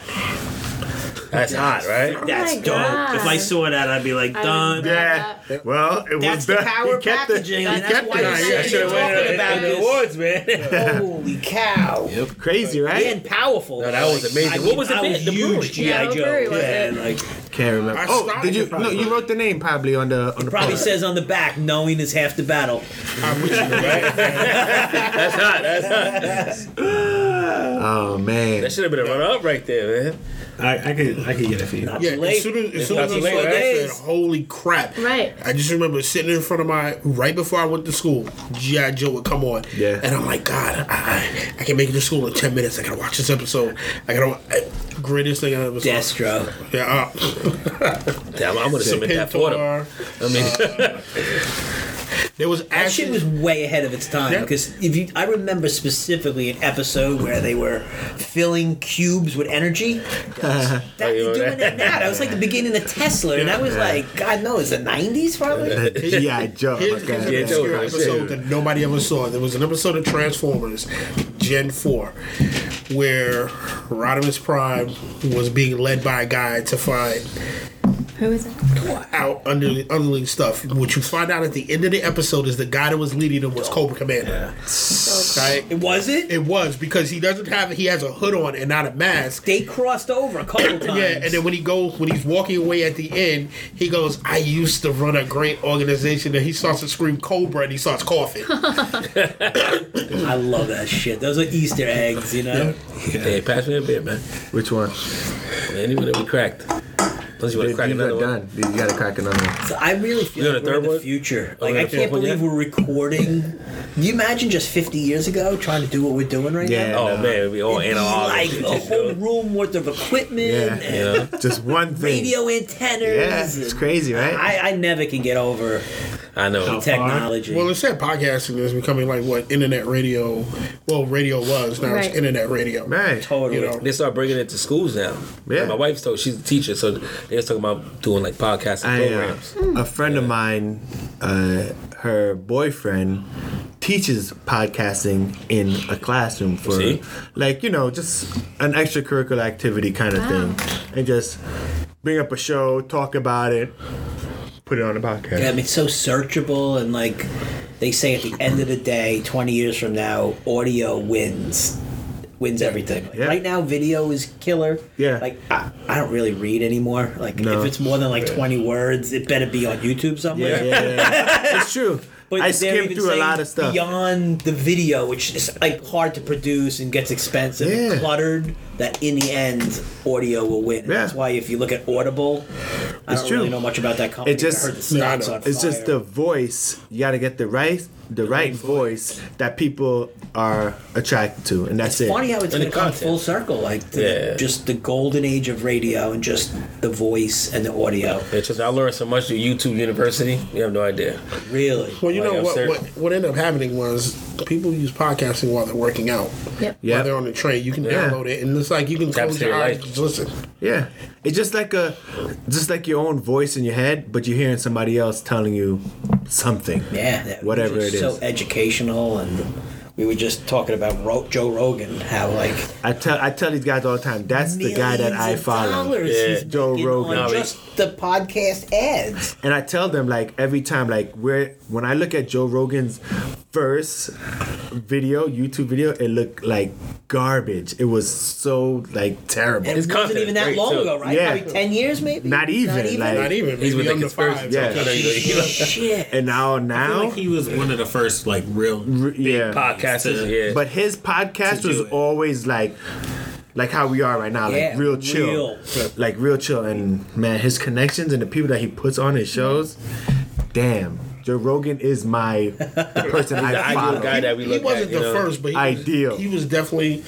Speaker 1: That's hot, right?
Speaker 2: That's
Speaker 4: Oh my
Speaker 2: dope.
Speaker 4: God.
Speaker 2: If I saw that, I'd be like,
Speaker 4: I
Speaker 2: done.
Speaker 4: would-
Speaker 3: Yeah. Well, it
Speaker 2: That's
Speaker 3: was
Speaker 2: the
Speaker 3: done.
Speaker 2: power
Speaker 3: he kept the-
Speaker 2: packaging,
Speaker 3: he
Speaker 2: and that's
Speaker 3: kept
Speaker 2: why
Speaker 3: it.
Speaker 2: you
Speaker 1: Yeah, I
Speaker 2: said
Speaker 1: should
Speaker 2: you're
Speaker 1: have won
Speaker 2: talking
Speaker 1: it
Speaker 2: about
Speaker 1: at the
Speaker 2: this.
Speaker 1: awards, man.
Speaker 3: [LAUGHS]
Speaker 2: Holy cow!
Speaker 3: Crazy, right?
Speaker 2: And powerful.
Speaker 1: No, that was amazing. What was the
Speaker 2: I
Speaker 1: band- the
Speaker 2: huge
Speaker 1: brewery?
Speaker 2: GI
Speaker 4: Yeah, what
Speaker 2: Joe.
Speaker 4: brewery was
Speaker 2: yeah,
Speaker 4: it?
Speaker 2: like
Speaker 3: Can't remember.
Speaker 6: I
Speaker 3: oh,
Speaker 6: started
Speaker 3: did you?
Speaker 6: it
Speaker 3: No, you wrote the name probably on the on the.
Speaker 2: probably
Speaker 3: post.
Speaker 2: says on the back, knowing is half the battle.
Speaker 6: I'm with
Speaker 2: [LAUGHS]
Speaker 6: you, right?
Speaker 1: That's hot. That's hot.
Speaker 3: Oh man. Oh,
Speaker 2: [LAUGHS]
Speaker 1: That should have been a run up right there, man.
Speaker 5: I, I could I could get it for you.
Speaker 2: Not
Speaker 6: Yeah,
Speaker 2: too late.
Speaker 6: as soon as, as,
Speaker 2: It's
Speaker 6: soon
Speaker 2: not
Speaker 6: as I
Speaker 2: too
Speaker 6: saw
Speaker 2: late,
Speaker 6: that, I
Speaker 2: right?
Speaker 6: said, holy crap.
Speaker 4: Right.
Speaker 6: I just remember sitting in front of my, right before I went to school, G.I. Joe would come on.
Speaker 3: Yeah.
Speaker 6: And I'm like, God, I, I can make it to school in 10 minutes. I gotta watch this episode. I gotta, I, greatest thing I ever saw.
Speaker 2: Destro.
Speaker 6: Yeah. Uh,
Speaker 1: Damn, I'm gonna submit that for them.
Speaker 6: Pintar.
Speaker 1: I mean,
Speaker 6: There was
Speaker 2: That shit
Speaker 6: actually,
Speaker 2: was way ahead of its time
Speaker 6: Yeah.
Speaker 2: because if you, I remember specifically an episode where they were filling cubes with energy. That, they're doing that now. That was like the beginning of Tesla, and I was like, God knows, the '90s probably.
Speaker 3: G.I. Joe. my
Speaker 6: Here's, here's
Speaker 3: God.
Speaker 6: an
Speaker 1: Yeah,
Speaker 6: obscure
Speaker 1: Joe,
Speaker 6: episode that nobody ever saw. There was an episode of Transformers, Gen 4, where Rodimus Prime was being led by a guy to find
Speaker 4: Who is it?
Speaker 6: out under underling stuff. What you find out at the end of the episode is the guy that was leading them was Cobra Commander. Right?
Speaker 2: It was it.
Speaker 6: It was because he doesn't have he has a hood on and not a mask.
Speaker 2: They crossed over a couple times.
Speaker 6: Yeah, and then when he goes, when he's walking away at the end, he goes, "I used to run a great organization," and he starts to scream "Cobra" and he starts coughing.
Speaker 2: I love that shit. Those are Easter eggs, you know.
Speaker 1: hey, pass me a beer, man.
Speaker 3: Which one?
Speaker 1: Anyone that we cracked. Unless you want
Speaker 3: You
Speaker 1: to crack another
Speaker 3: got
Speaker 1: one.
Speaker 3: done. You gotta crack another one.
Speaker 2: So I really feel
Speaker 1: You got
Speaker 2: like
Speaker 1: a
Speaker 2: we're
Speaker 1: third
Speaker 2: in the
Speaker 1: one?
Speaker 2: future.
Speaker 1: Oh,
Speaker 2: Like
Speaker 1: we
Speaker 2: I
Speaker 1: got
Speaker 2: can't
Speaker 1: four
Speaker 2: believe
Speaker 1: yet?
Speaker 2: we're recording. Can you imagine just 50 years ago trying to do what we're doing right
Speaker 3: Yeah.
Speaker 2: now?
Speaker 1: Oh man, we all
Speaker 2: like
Speaker 1: analog.
Speaker 2: a whole room worth of equipment
Speaker 3: Yeah.
Speaker 2: and
Speaker 1: know?
Speaker 3: Just one thing.
Speaker 2: radio antennas.
Speaker 3: Yeah, it's
Speaker 2: and-
Speaker 3: crazy, right?
Speaker 2: I, I never can get over
Speaker 1: I know.
Speaker 2: technology.
Speaker 6: Well, it said podcasting is becoming like what internet radio. Well, radio was now
Speaker 4: Right.
Speaker 6: it's internet radio.
Speaker 3: Right.
Speaker 2: totally.
Speaker 6: You know,
Speaker 1: They start bringing it to schools now.
Speaker 3: Yeah.
Speaker 1: Like, my wife's told she's a teacher, so they was talking about doing like podcasts and
Speaker 3: I, uh,
Speaker 1: programs.
Speaker 3: a friend of mine, uh, her boyfriend teaches podcasting in a classroom for
Speaker 1: See?
Speaker 3: like you know just an extracurricular activity kind of
Speaker 4: Wow.
Speaker 3: thing, and just bring up a show, talk about it, put it on a podcast.
Speaker 2: Yeah, I mean, it's so searchable, and like they say, at the end of the day, 20 years from now, audio wins. Wins everything. Like,
Speaker 3: Yeah.
Speaker 2: Right now, video is killer.
Speaker 3: Yeah.
Speaker 2: Like I, I don't really read anymore. Like
Speaker 3: No.
Speaker 2: if it's more than like twenty words, it better be on YouTube somewhere.
Speaker 3: Yeah, yeah, yeah. it's true. I
Speaker 2: they're
Speaker 3: skimmed
Speaker 2: even
Speaker 3: through a
Speaker 2: saying
Speaker 3: lot of stuff.
Speaker 2: beyond the video, which is like hard to produce and gets expensive
Speaker 3: Yeah.
Speaker 2: and cluttered. That in the end, audio will win. And
Speaker 3: Yeah.
Speaker 2: That's why if you look at Audible, I don't
Speaker 3: true.
Speaker 2: really know much about that company.
Speaker 3: It just-
Speaker 2: but I heard the
Speaker 6: Nah, I
Speaker 2: stock's
Speaker 6: know.
Speaker 2: on
Speaker 3: It's just
Speaker 2: fire.
Speaker 3: the voice. You got to get the right, the right voice that people are attracted to, and that's it.
Speaker 2: funny how it's
Speaker 1: And
Speaker 2: going to
Speaker 1: the
Speaker 2: come
Speaker 1: content.
Speaker 2: full circle, like to
Speaker 1: Yeah.
Speaker 2: just the golden age of radio and just the voice and the audio.
Speaker 1: It's just I learned so much through YouTube University. You have no idea.
Speaker 2: Really,
Speaker 6: well, you
Speaker 1: Like,
Speaker 6: know
Speaker 1: I'm
Speaker 6: what,
Speaker 1: serious.
Speaker 6: what? What ended up happening was people use podcasting while they're working out,
Speaker 4: Yep.
Speaker 3: Yeah.
Speaker 6: while they're on the train. You can
Speaker 3: Yeah.
Speaker 6: download it, and it's like you can
Speaker 1: Taps
Speaker 6: close
Speaker 1: to
Speaker 6: your
Speaker 1: your
Speaker 6: eyes
Speaker 1: life.
Speaker 6: and just listen.
Speaker 3: Yeah, it's just like a, just like your own voice in your head, but you're hearing somebody else telling you something.
Speaker 2: yeah, that was
Speaker 3: Whatever
Speaker 2: just
Speaker 3: it
Speaker 2: so
Speaker 3: is.
Speaker 2: educational and. We were just talking about Ro- Joe Rogan, how like
Speaker 3: I tell I tell these guys all the time. That's the guy that I
Speaker 2: millions of
Speaker 3: follow,
Speaker 2: dollars
Speaker 1: Yeah.
Speaker 2: he's
Speaker 3: Joe
Speaker 2: making
Speaker 3: Rogan.
Speaker 2: on
Speaker 1: No,
Speaker 2: just the podcast
Speaker 3: [LAUGHS]
Speaker 2: ads.
Speaker 3: and I tell them like every time, like where when I look at Joe Rogan's first video, YouTube video, it looked like garbage. It was so like terrible.
Speaker 2: And
Speaker 1: His
Speaker 2: it wasn't
Speaker 1: content
Speaker 2: even
Speaker 1: is
Speaker 2: that
Speaker 1: great,
Speaker 2: long
Speaker 1: too.
Speaker 2: ago, right?
Speaker 3: Yeah.
Speaker 2: Probably ten years, maybe.
Speaker 3: Not even, like-
Speaker 6: Not even.
Speaker 1: He's
Speaker 6: maybe
Speaker 1: with the
Speaker 6: under
Speaker 1: conspiracy.
Speaker 6: five.
Speaker 3: Yeah.
Speaker 2: [LAUGHS]
Speaker 6: sometimes.
Speaker 2: Shit.
Speaker 3: and now
Speaker 5: I feel
Speaker 3: now,
Speaker 5: like he was one of the first like real
Speaker 3: r- yeah.
Speaker 1: Podcasters,
Speaker 5: Yeah.
Speaker 1: yeah.
Speaker 3: But his podcast
Speaker 5: To do
Speaker 3: was
Speaker 5: it.
Speaker 3: always like like how we are right now,
Speaker 2: Yeah,
Speaker 3: like real chill.
Speaker 2: real.
Speaker 3: Like real chill and man, his connections and the people that he puts on his shows, damn. Joe Rogan is my the person
Speaker 1: the
Speaker 3: I
Speaker 1: ideal
Speaker 3: follow.
Speaker 1: guy that we
Speaker 6: He
Speaker 1: look
Speaker 6: wasn't
Speaker 1: at. you
Speaker 6: the
Speaker 1: know?
Speaker 6: first, but he
Speaker 3: Ideal.
Speaker 6: Was, he was definitely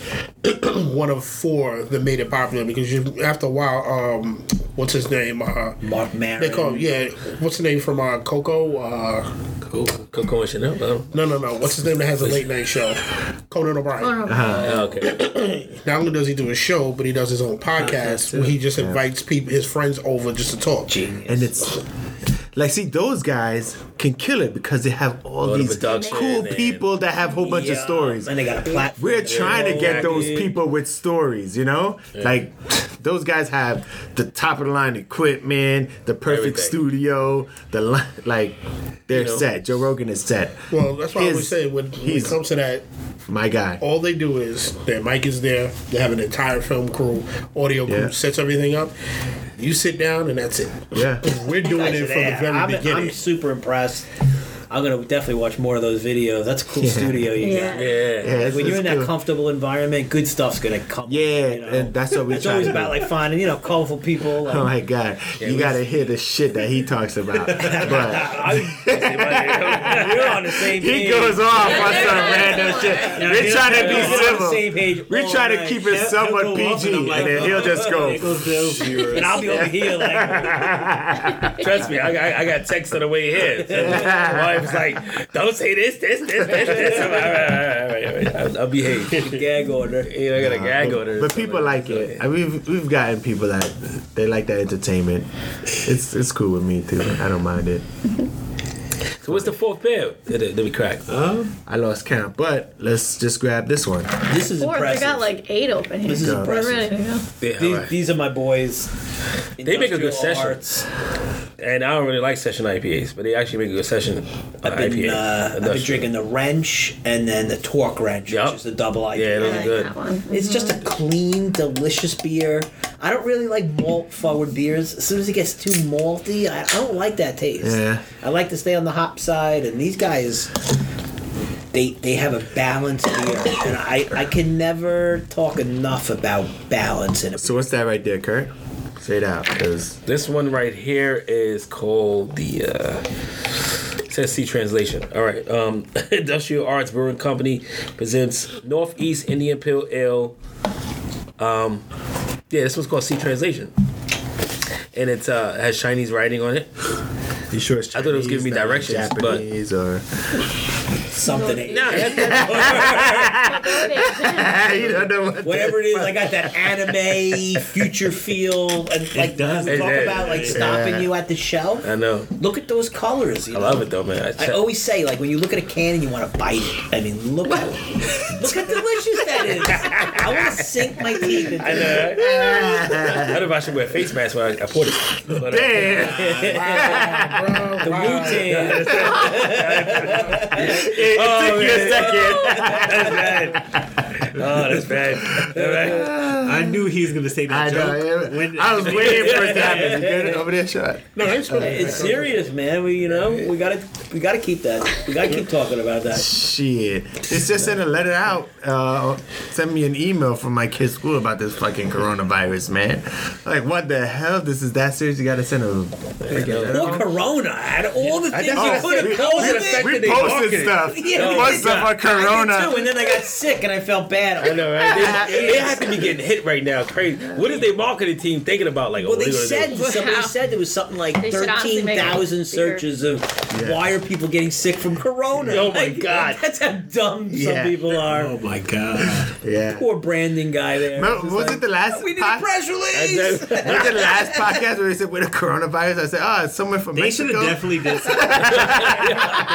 Speaker 6: [CLEARS THROAT] one of four that made it popular because you, after a while, um, what's his name? Uh,
Speaker 2: Mark Maron.
Speaker 6: they call him, yeah. What's the name from uh, Coco? Uh,
Speaker 1: Cool. Coco and Chanel. though.
Speaker 6: no, no, no. What's his name that has a late night show? Conan O'Brien.
Speaker 4: Oh, no.
Speaker 1: Oh, okay.
Speaker 6: Not only does he do a show, but he does his own podcast where he just invites people, his friends over just to talk.
Speaker 2: Genius.
Speaker 3: and it's like see those guys can kill it because they have all
Speaker 1: the
Speaker 3: these
Speaker 1: production
Speaker 3: cool
Speaker 1: and-
Speaker 3: people that have a whole bunch of
Speaker 2: Yeah,
Speaker 3: stories.
Speaker 2: And they got a platform.
Speaker 3: We're
Speaker 2: to
Speaker 3: trying to get those
Speaker 1: Exactly.
Speaker 3: people with stories, you know? Like those guys have the top of the line equipment, the perfect
Speaker 1: Everything.
Speaker 3: studio, the li- like they're
Speaker 1: You know.
Speaker 3: set. Joe Rogan is set.
Speaker 6: Well, that's why I always
Speaker 3: His-
Speaker 6: say when, Oh. when it
Speaker 3: he's-
Speaker 6: comes to that,
Speaker 3: My guy.
Speaker 6: all they do is their mic is there, they have an entire film crew, audio
Speaker 3: Yeah.
Speaker 6: crew sets everything up. You sit down and that's it.
Speaker 3: Yeah.
Speaker 6: We're doing
Speaker 2: Guys
Speaker 6: it
Speaker 2: are
Speaker 6: from the
Speaker 2: there.
Speaker 6: very
Speaker 2: I'm,
Speaker 6: beginning.
Speaker 2: I'm super impressed. I'm gonna definitely watch more of those videos. That's a cool
Speaker 3: Yeah.
Speaker 2: studio you
Speaker 4: Yeah.
Speaker 2: got.
Speaker 1: Yeah.
Speaker 3: Yeah, it's-
Speaker 2: [LAUGHS] When you're
Speaker 3: it's
Speaker 2: in that
Speaker 3: cool.
Speaker 2: comfortable environment, good stuff's gonna come.
Speaker 3: Yeah,
Speaker 2: you know?
Speaker 3: and that's what we
Speaker 2: it's
Speaker 3: try
Speaker 2: always
Speaker 3: to
Speaker 2: about
Speaker 3: do.
Speaker 2: like finding you know colorful people. Like,
Speaker 3: Oh my god, you
Speaker 1: we-
Speaker 3: gotta hear the shit that he talks about. but
Speaker 2: we're on the same page.
Speaker 3: [LAUGHS] he goes off on some random shit. We're trying to
Speaker 2: We're
Speaker 3: be
Speaker 2: on the same Oh,
Speaker 3: civil.
Speaker 2: page.
Speaker 3: We
Speaker 2: all
Speaker 3: try to
Speaker 2: night.
Speaker 3: keep it
Speaker 5: He'll
Speaker 3: somewhat
Speaker 5: go up
Speaker 3: PG,
Speaker 5: I'm
Speaker 3: and
Speaker 5: like,
Speaker 3: then he'll just go.
Speaker 5: Nichols Bill
Speaker 2: [LAUGHS]
Speaker 5: viewers.
Speaker 2: And I'll be over here
Speaker 3: [LAUGHS]
Speaker 2: like,
Speaker 1: Trust me, I, I, I got text on the way here. So my wife's like, "Don't say this, this, this, this, this." I'm like, all right, all right, all right, all right. I'll, I'll behave.
Speaker 2: gag order.
Speaker 1: You know, I got a gag order. or
Speaker 3: But
Speaker 1: something.
Speaker 3: people like it. I mean, we've, we've gotten people that they like that entertainment. It's it's cool with me too. I don't mind it.
Speaker 1: So what's the fourth pair that, that we cracked?
Speaker 3: I lost count, but let's just grab this one.
Speaker 2: This is
Speaker 4: Or they
Speaker 2: impressive.
Speaker 4: got like eight open here.
Speaker 2: This is
Speaker 4: We're
Speaker 2: impressive.
Speaker 4: ready to go.
Speaker 1: Yeah, all
Speaker 2: these,
Speaker 1: right.
Speaker 2: these are my boys.
Speaker 1: They make a good
Speaker 2: Industrial
Speaker 1: session.
Speaker 2: Arts.
Speaker 1: And I don't really like session IPAs, but they actually make a good session uh,
Speaker 2: I've been,
Speaker 1: IPA.
Speaker 2: uh, I've been
Speaker 1: Industrial.
Speaker 2: drinking the wrench and then the torque wrench,
Speaker 1: Yup.
Speaker 2: which is the double IPA.
Speaker 1: Yeah,
Speaker 4: I
Speaker 1: those are
Speaker 4: like
Speaker 1: good.
Speaker 4: that one.
Speaker 2: It's just a clean, delicious beer. I don't really like malt forward beers. As soon as it gets too malty, I, I don't like that taste.
Speaker 3: Yeah.
Speaker 2: I like to stay on the hop side, and these guys, they they have a balanced beer, and I I can never talk enough about balance in a
Speaker 3: So what's that right there, Kurt? Say it out, cause
Speaker 1: This one right here is called the. Uh, it says C translation. All right. Um, [LAUGHS] Industrial Arts Brewing Company presents Northeast Indian Pale Ale. Um, yeah, this one's called C translation, and it's uh, has Chinese writing on
Speaker 2: [LAUGHS]
Speaker 1: it.
Speaker 3: you sure it's
Speaker 1: I thought it was giving me
Speaker 3: Chinese, not
Speaker 1: directions, but-
Speaker 3: Japanese or
Speaker 2: something.
Speaker 1: No, that's, that's
Speaker 3: you don't know what.
Speaker 2: Whatever it is, I got that anime future feel, and like
Speaker 5: does.
Speaker 2: we talk
Speaker 1: It- it-
Speaker 2: about like stopping
Speaker 3: yeah.
Speaker 2: you at the shelf.
Speaker 1: I know.
Speaker 2: Look at those colors. You
Speaker 1: I
Speaker 2: know?
Speaker 1: love it though, man.
Speaker 2: I always say, like, when you look at a can and you want to bite it. I mean, look at look how delicious that is. I want to sink my teeth into
Speaker 1: I
Speaker 2: it.
Speaker 1: know. right? [LAUGHS] I don't know if I should wear a face mask when I, I pour this. But, uh,
Speaker 3: Damn.
Speaker 2: The Wu
Speaker 1: uh,
Speaker 2: Tang.
Speaker 3: It took you a second.
Speaker 1: [LAUGHS]
Speaker 2: [LAUGHS]
Speaker 1: Oh, that's bad. All right.
Speaker 5: I knew he was gonna say that
Speaker 3: I
Speaker 5: joke.
Speaker 3: know.
Speaker 5: When-
Speaker 3: I was waiting for it to happen. You [LAUGHS] good over there, shot?
Speaker 6: No, that's what
Speaker 2: Uh, It's serious, man. We, you know, we gotta we gotta keep that. We gotta keep talking about that.
Speaker 3: Shit. It's just send a letter out. Uh, send me an email from my kid's school about this fucking coronavirus, man. Like, what the hell? This is that serious? You gotta send a.
Speaker 2: Or Corona. Out of all the things
Speaker 3: that's what
Speaker 2: you could
Speaker 3: I
Speaker 2: have
Speaker 3: said.
Speaker 2: posted,
Speaker 3: We posted stuff.
Speaker 2: [LAUGHS] Yeah,
Speaker 3: we
Speaker 2: we
Speaker 3: posted
Speaker 2: did
Speaker 3: stuff
Speaker 2: I
Speaker 3: on
Speaker 2: did too,
Speaker 3: Corona.
Speaker 2: and then I got sick and I felt bad.
Speaker 1: I know, right?
Speaker 2: [LAUGHS]
Speaker 1: They, they have to be getting hit right now. Crazy. What is their marketing team thinking about? Like,
Speaker 2: Well,
Speaker 1: oh,
Speaker 2: they
Speaker 1: we're
Speaker 2: said
Speaker 1: gonna do?
Speaker 2: somebody
Speaker 4: Wow.
Speaker 2: said there was something like
Speaker 4: They should honestly
Speaker 2: thirteen
Speaker 4: make it
Speaker 2: thousand
Speaker 4: bigger.
Speaker 2: searches of why are people getting sick from corona?
Speaker 1: Oh my
Speaker 2: Like,
Speaker 1: God.
Speaker 2: that's how dumb some
Speaker 3: Yeah.
Speaker 2: people are.
Speaker 5: Oh my god.
Speaker 3: Yeah.
Speaker 2: Poor branding guy there.
Speaker 3: Remember-
Speaker 2: Just
Speaker 3: was
Speaker 2: like,
Speaker 3: it the last?
Speaker 2: We need a
Speaker 3: pod-
Speaker 2: press release.
Speaker 1: That's-
Speaker 3: [LAUGHS] was it the last podcast where they said with the coronavirus? I said, oh, it's someone from
Speaker 5: They should
Speaker 3: Mexico.
Speaker 5: have definitely did.
Speaker 1: [LAUGHS]
Speaker 5: Something.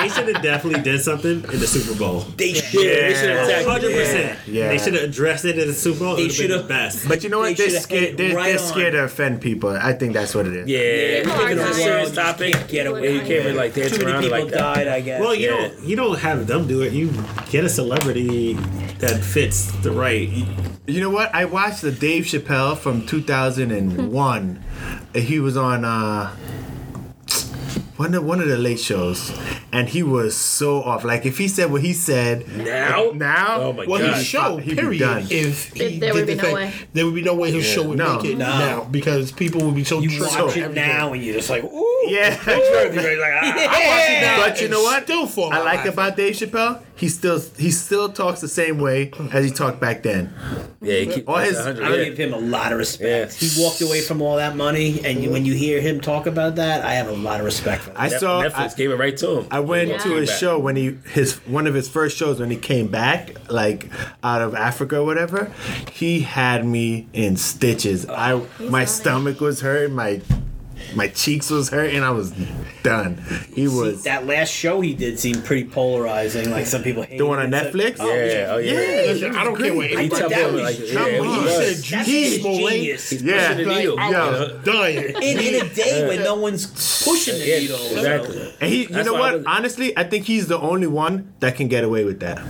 Speaker 5: they should have definitely did something in the Super Bowl.
Speaker 2: [LAUGHS] They
Speaker 1: Yeah,
Speaker 2: should.
Speaker 1: they should attack.
Speaker 5: Hundred percent.
Speaker 3: Yeah.
Speaker 5: They should have addressed it in the Super Bowl.
Speaker 2: They
Speaker 5: It would have
Speaker 2: should've-
Speaker 5: been the best.
Speaker 3: but you know
Speaker 2: They
Speaker 3: what? They're
Speaker 2: should have hit
Speaker 3: scared.
Speaker 2: it
Speaker 3: They're,
Speaker 2: right
Speaker 3: they're
Speaker 2: on.
Speaker 3: scared to offend people. I think that's what it is.
Speaker 1: Yeah, yeah.
Speaker 4: People are
Speaker 1: it's a
Speaker 4: dying.
Speaker 1: serious
Speaker 4: You
Speaker 1: topic.
Speaker 2: Get
Speaker 4: People are
Speaker 2: away.
Speaker 1: You can't really like dance
Speaker 2: Too many
Speaker 1: around
Speaker 2: people
Speaker 1: like that.
Speaker 2: died, I guess.
Speaker 5: Well, you
Speaker 1: Yeah.
Speaker 5: don't you don't have them do it. You get a celebrity that fits the right.
Speaker 3: You know what? I watched the Dave Chappelle from 2001. he was on uh, one of one of the late shows, and he was so off. Like if he said what he said
Speaker 1: Now?
Speaker 3: now,
Speaker 1: Oh my
Speaker 6: Well,
Speaker 1: God.
Speaker 6: his show,
Speaker 3: He'd be done.
Speaker 6: period. If he
Speaker 4: It- there would
Speaker 6: did
Speaker 4: be
Speaker 6: the
Speaker 4: no
Speaker 6: thing,
Speaker 4: way.
Speaker 6: there would be no way his show would
Speaker 3: No.
Speaker 6: make it
Speaker 2: No.
Speaker 6: now because people would be so
Speaker 2: you
Speaker 6: triggered
Speaker 2: watch it
Speaker 6: everything.
Speaker 2: now and you're just like, ooh.
Speaker 1: [LAUGHS]
Speaker 3: yeah.
Speaker 1: Everybody's like, ah,
Speaker 2: [LAUGHS]
Speaker 6: I watch it now.
Speaker 3: But you
Speaker 6: and
Speaker 3: know what?
Speaker 6: Still fall.
Speaker 3: I
Speaker 6: out
Speaker 3: like
Speaker 6: laughing.
Speaker 3: about Dave Chappelle, he still he still talks the same way as he talked back then.
Speaker 1: yeah, you keep,
Speaker 3: Or his-
Speaker 1: that's a hundred, yeah.
Speaker 2: I give him a lot of respect.
Speaker 1: Yeah.
Speaker 2: He walked away from all that money, and you, when you hear him talk about that, I have a lot of respect for that.
Speaker 3: I
Speaker 1: Nef-
Speaker 3: saw
Speaker 1: Netflix
Speaker 3: I,
Speaker 1: gave it right to him.
Speaker 3: I went
Speaker 4: Yeah.
Speaker 3: to his show when he his one of his first shows when he came back like out of Africa or whatever. He had me in stitches. I my stomach was hurt. My my cheeks was hurt, and I was done.
Speaker 2: See,
Speaker 3: He was
Speaker 2: that last show he did seemed pretty polarizing. Like some people hate
Speaker 3: the one
Speaker 2: it.
Speaker 3: on
Speaker 2: It's Like,
Speaker 3: Netflix.
Speaker 2: oh,
Speaker 1: yeah, oh yeah.
Speaker 3: Yeah.
Speaker 6: Listen, I don't care what
Speaker 1: He
Speaker 6: anybody
Speaker 1: tough
Speaker 2: that
Speaker 1: over,
Speaker 2: was
Speaker 1: like,
Speaker 2: just-
Speaker 1: yeah,
Speaker 6: Come
Speaker 1: he does.
Speaker 6: on. He said,
Speaker 2: That's
Speaker 6: Juicy
Speaker 2: just
Speaker 6: Smollett.
Speaker 2: genius.
Speaker 1: He's
Speaker 3: Yeah.
Speaker 1: pushing the
Speaker 6: Like,
Speaker 1: needle.
Speaker 6: I
Speaker 1: you
Speaker 3: Yo.
Speaker 1: know?
Speaker 6: was dying.
Speaker 2: in, in a day when no one's pushing the
Speaker 1: Yeah,
Speaker 2: needle. so-
Speaker 1: exactly.
Speaker 3: And he, you
Speaker 1: That's
Speaker 3: know
Speaker 1: why I
Speaker 3: what?
Speaker 1: was-
Speaker 3: Honestly, I think he's the only one that can get away with that.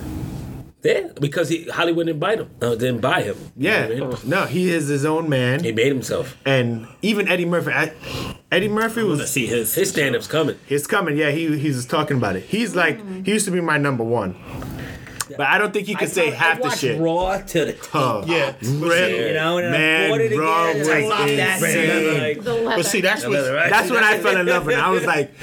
Speaker 1: Yeah, because he, Hollywood didn't buy him. Uh, didn't buy him. You know
Speaker 3: Yeah,
Speaker 1: what I mean?
Speaker 3: no, he is his own man,
Speaker 1: He made himself.
Speaker 3: and even Eddie Murphy. I, Eddie Murphy
Speaker 5: Let's
Speaker 3: was
Speaker 5: see his.
Speaker 1: His stand up's coming.
Speaker 3: he's coming. Yeah, he he's talking about it. He's like he used to be my number one, but I don't think you can say
Speaker 2: I
Speaker 3: half the
Speaker 2: watched
Speaker 3: shit.
Speaker 2: Raw to the top,
Speaker 3: Oh,
Speaker 6: Yeah.
Speaker 3: Red-
Speaker 2: you know, and I
Speaker 3: man,
Speaker 2: bought it
Speaker 3: Raw
Speaker 2: again. and I
Speaker 3: was
Speaker 2: love that
Speaker 3: insane.
Speaker 2: scene. Like,
Speaker 4: The leather.
Speaker 6: But see, that's what.
Speaker 3: That's when I fell in love, and I was like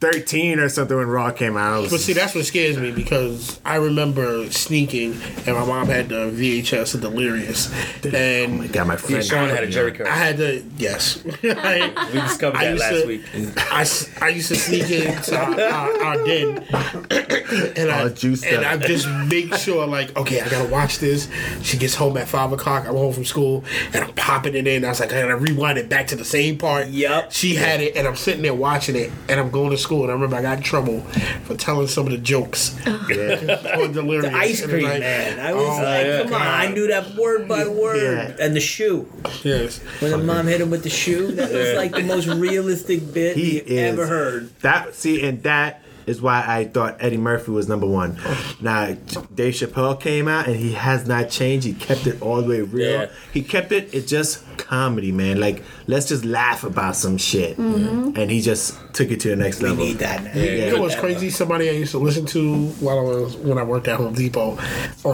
Speaker 3: 13 or something when Raw came out. I was-
Speaker 6: But see, that's what scares me because I remember sneaking, and my mom had the VHS of Delirious, and
Speaker 2: Oh
Speaker 3: I got my friend.
Speaker 1: Sean had a jerry curl.
Speaker 6: I had to. Yes, I,
Speaker 1: We discovered
Speaker 6: I
Speaker 1: that
Speaker 6: used
Speaker 1: last
Speaker 6: to-
Speaker 1: week.
Speaker 6: I s- I used to sneak into our, our, our den, [COUGHS] and I
Speaker 3: All juiced
Speaker 6: and
Speaker 3: up.
Speaker 6: I just make sure like, okay, I gotta watch this. She gets home at five o'clock. I'm home from school, and I'm popping it in. I was like, I gotta rewind it back to the same part.
Speaker 2: Yup.
Speaker 6: She had it, and I'm sitting there watching it, and I'm going to school, and I remember I got in trouble for telling some of the jokes
Speaker 3: Yeah.
Speaker 6: [LAUGHS] on Delirious.
Speaker 2: the ice
Speaker 6: And
Speaker 2: cream
Speaker 6: it's like,
Speaker 2: man. I was
Speaker 6: oh,
Speaker 2: like,
Speaker 6: yeah.
Speaker 2: come on, I knew that word by word. And the shoe.
Speaker 6: Yes.
Speaker 2: When the mom hit him with the shoe, that was like the most realistic bit
Speaker 3: He
Speaker 2: you
Speaker 3: is
Speaker 2: ever heard.
Speaker 3: That see, and that is why I thought Eddie Murphy was number one. Now Dave Chappelle came out, and he has not changed. He kept it all the way real.
Speaker 1: Yeah.
Speaker 3: He kept it. It's just comedy, man. Like let's just laugh about some shit, and he just took it to the next
Speaker 2: Mm-hmm. We
Speaker 3: level.
Speaker 2: need that now.
Speaker 6: You know what's crazy? Somebody I used to listen to while I was when I worked at Home Depot on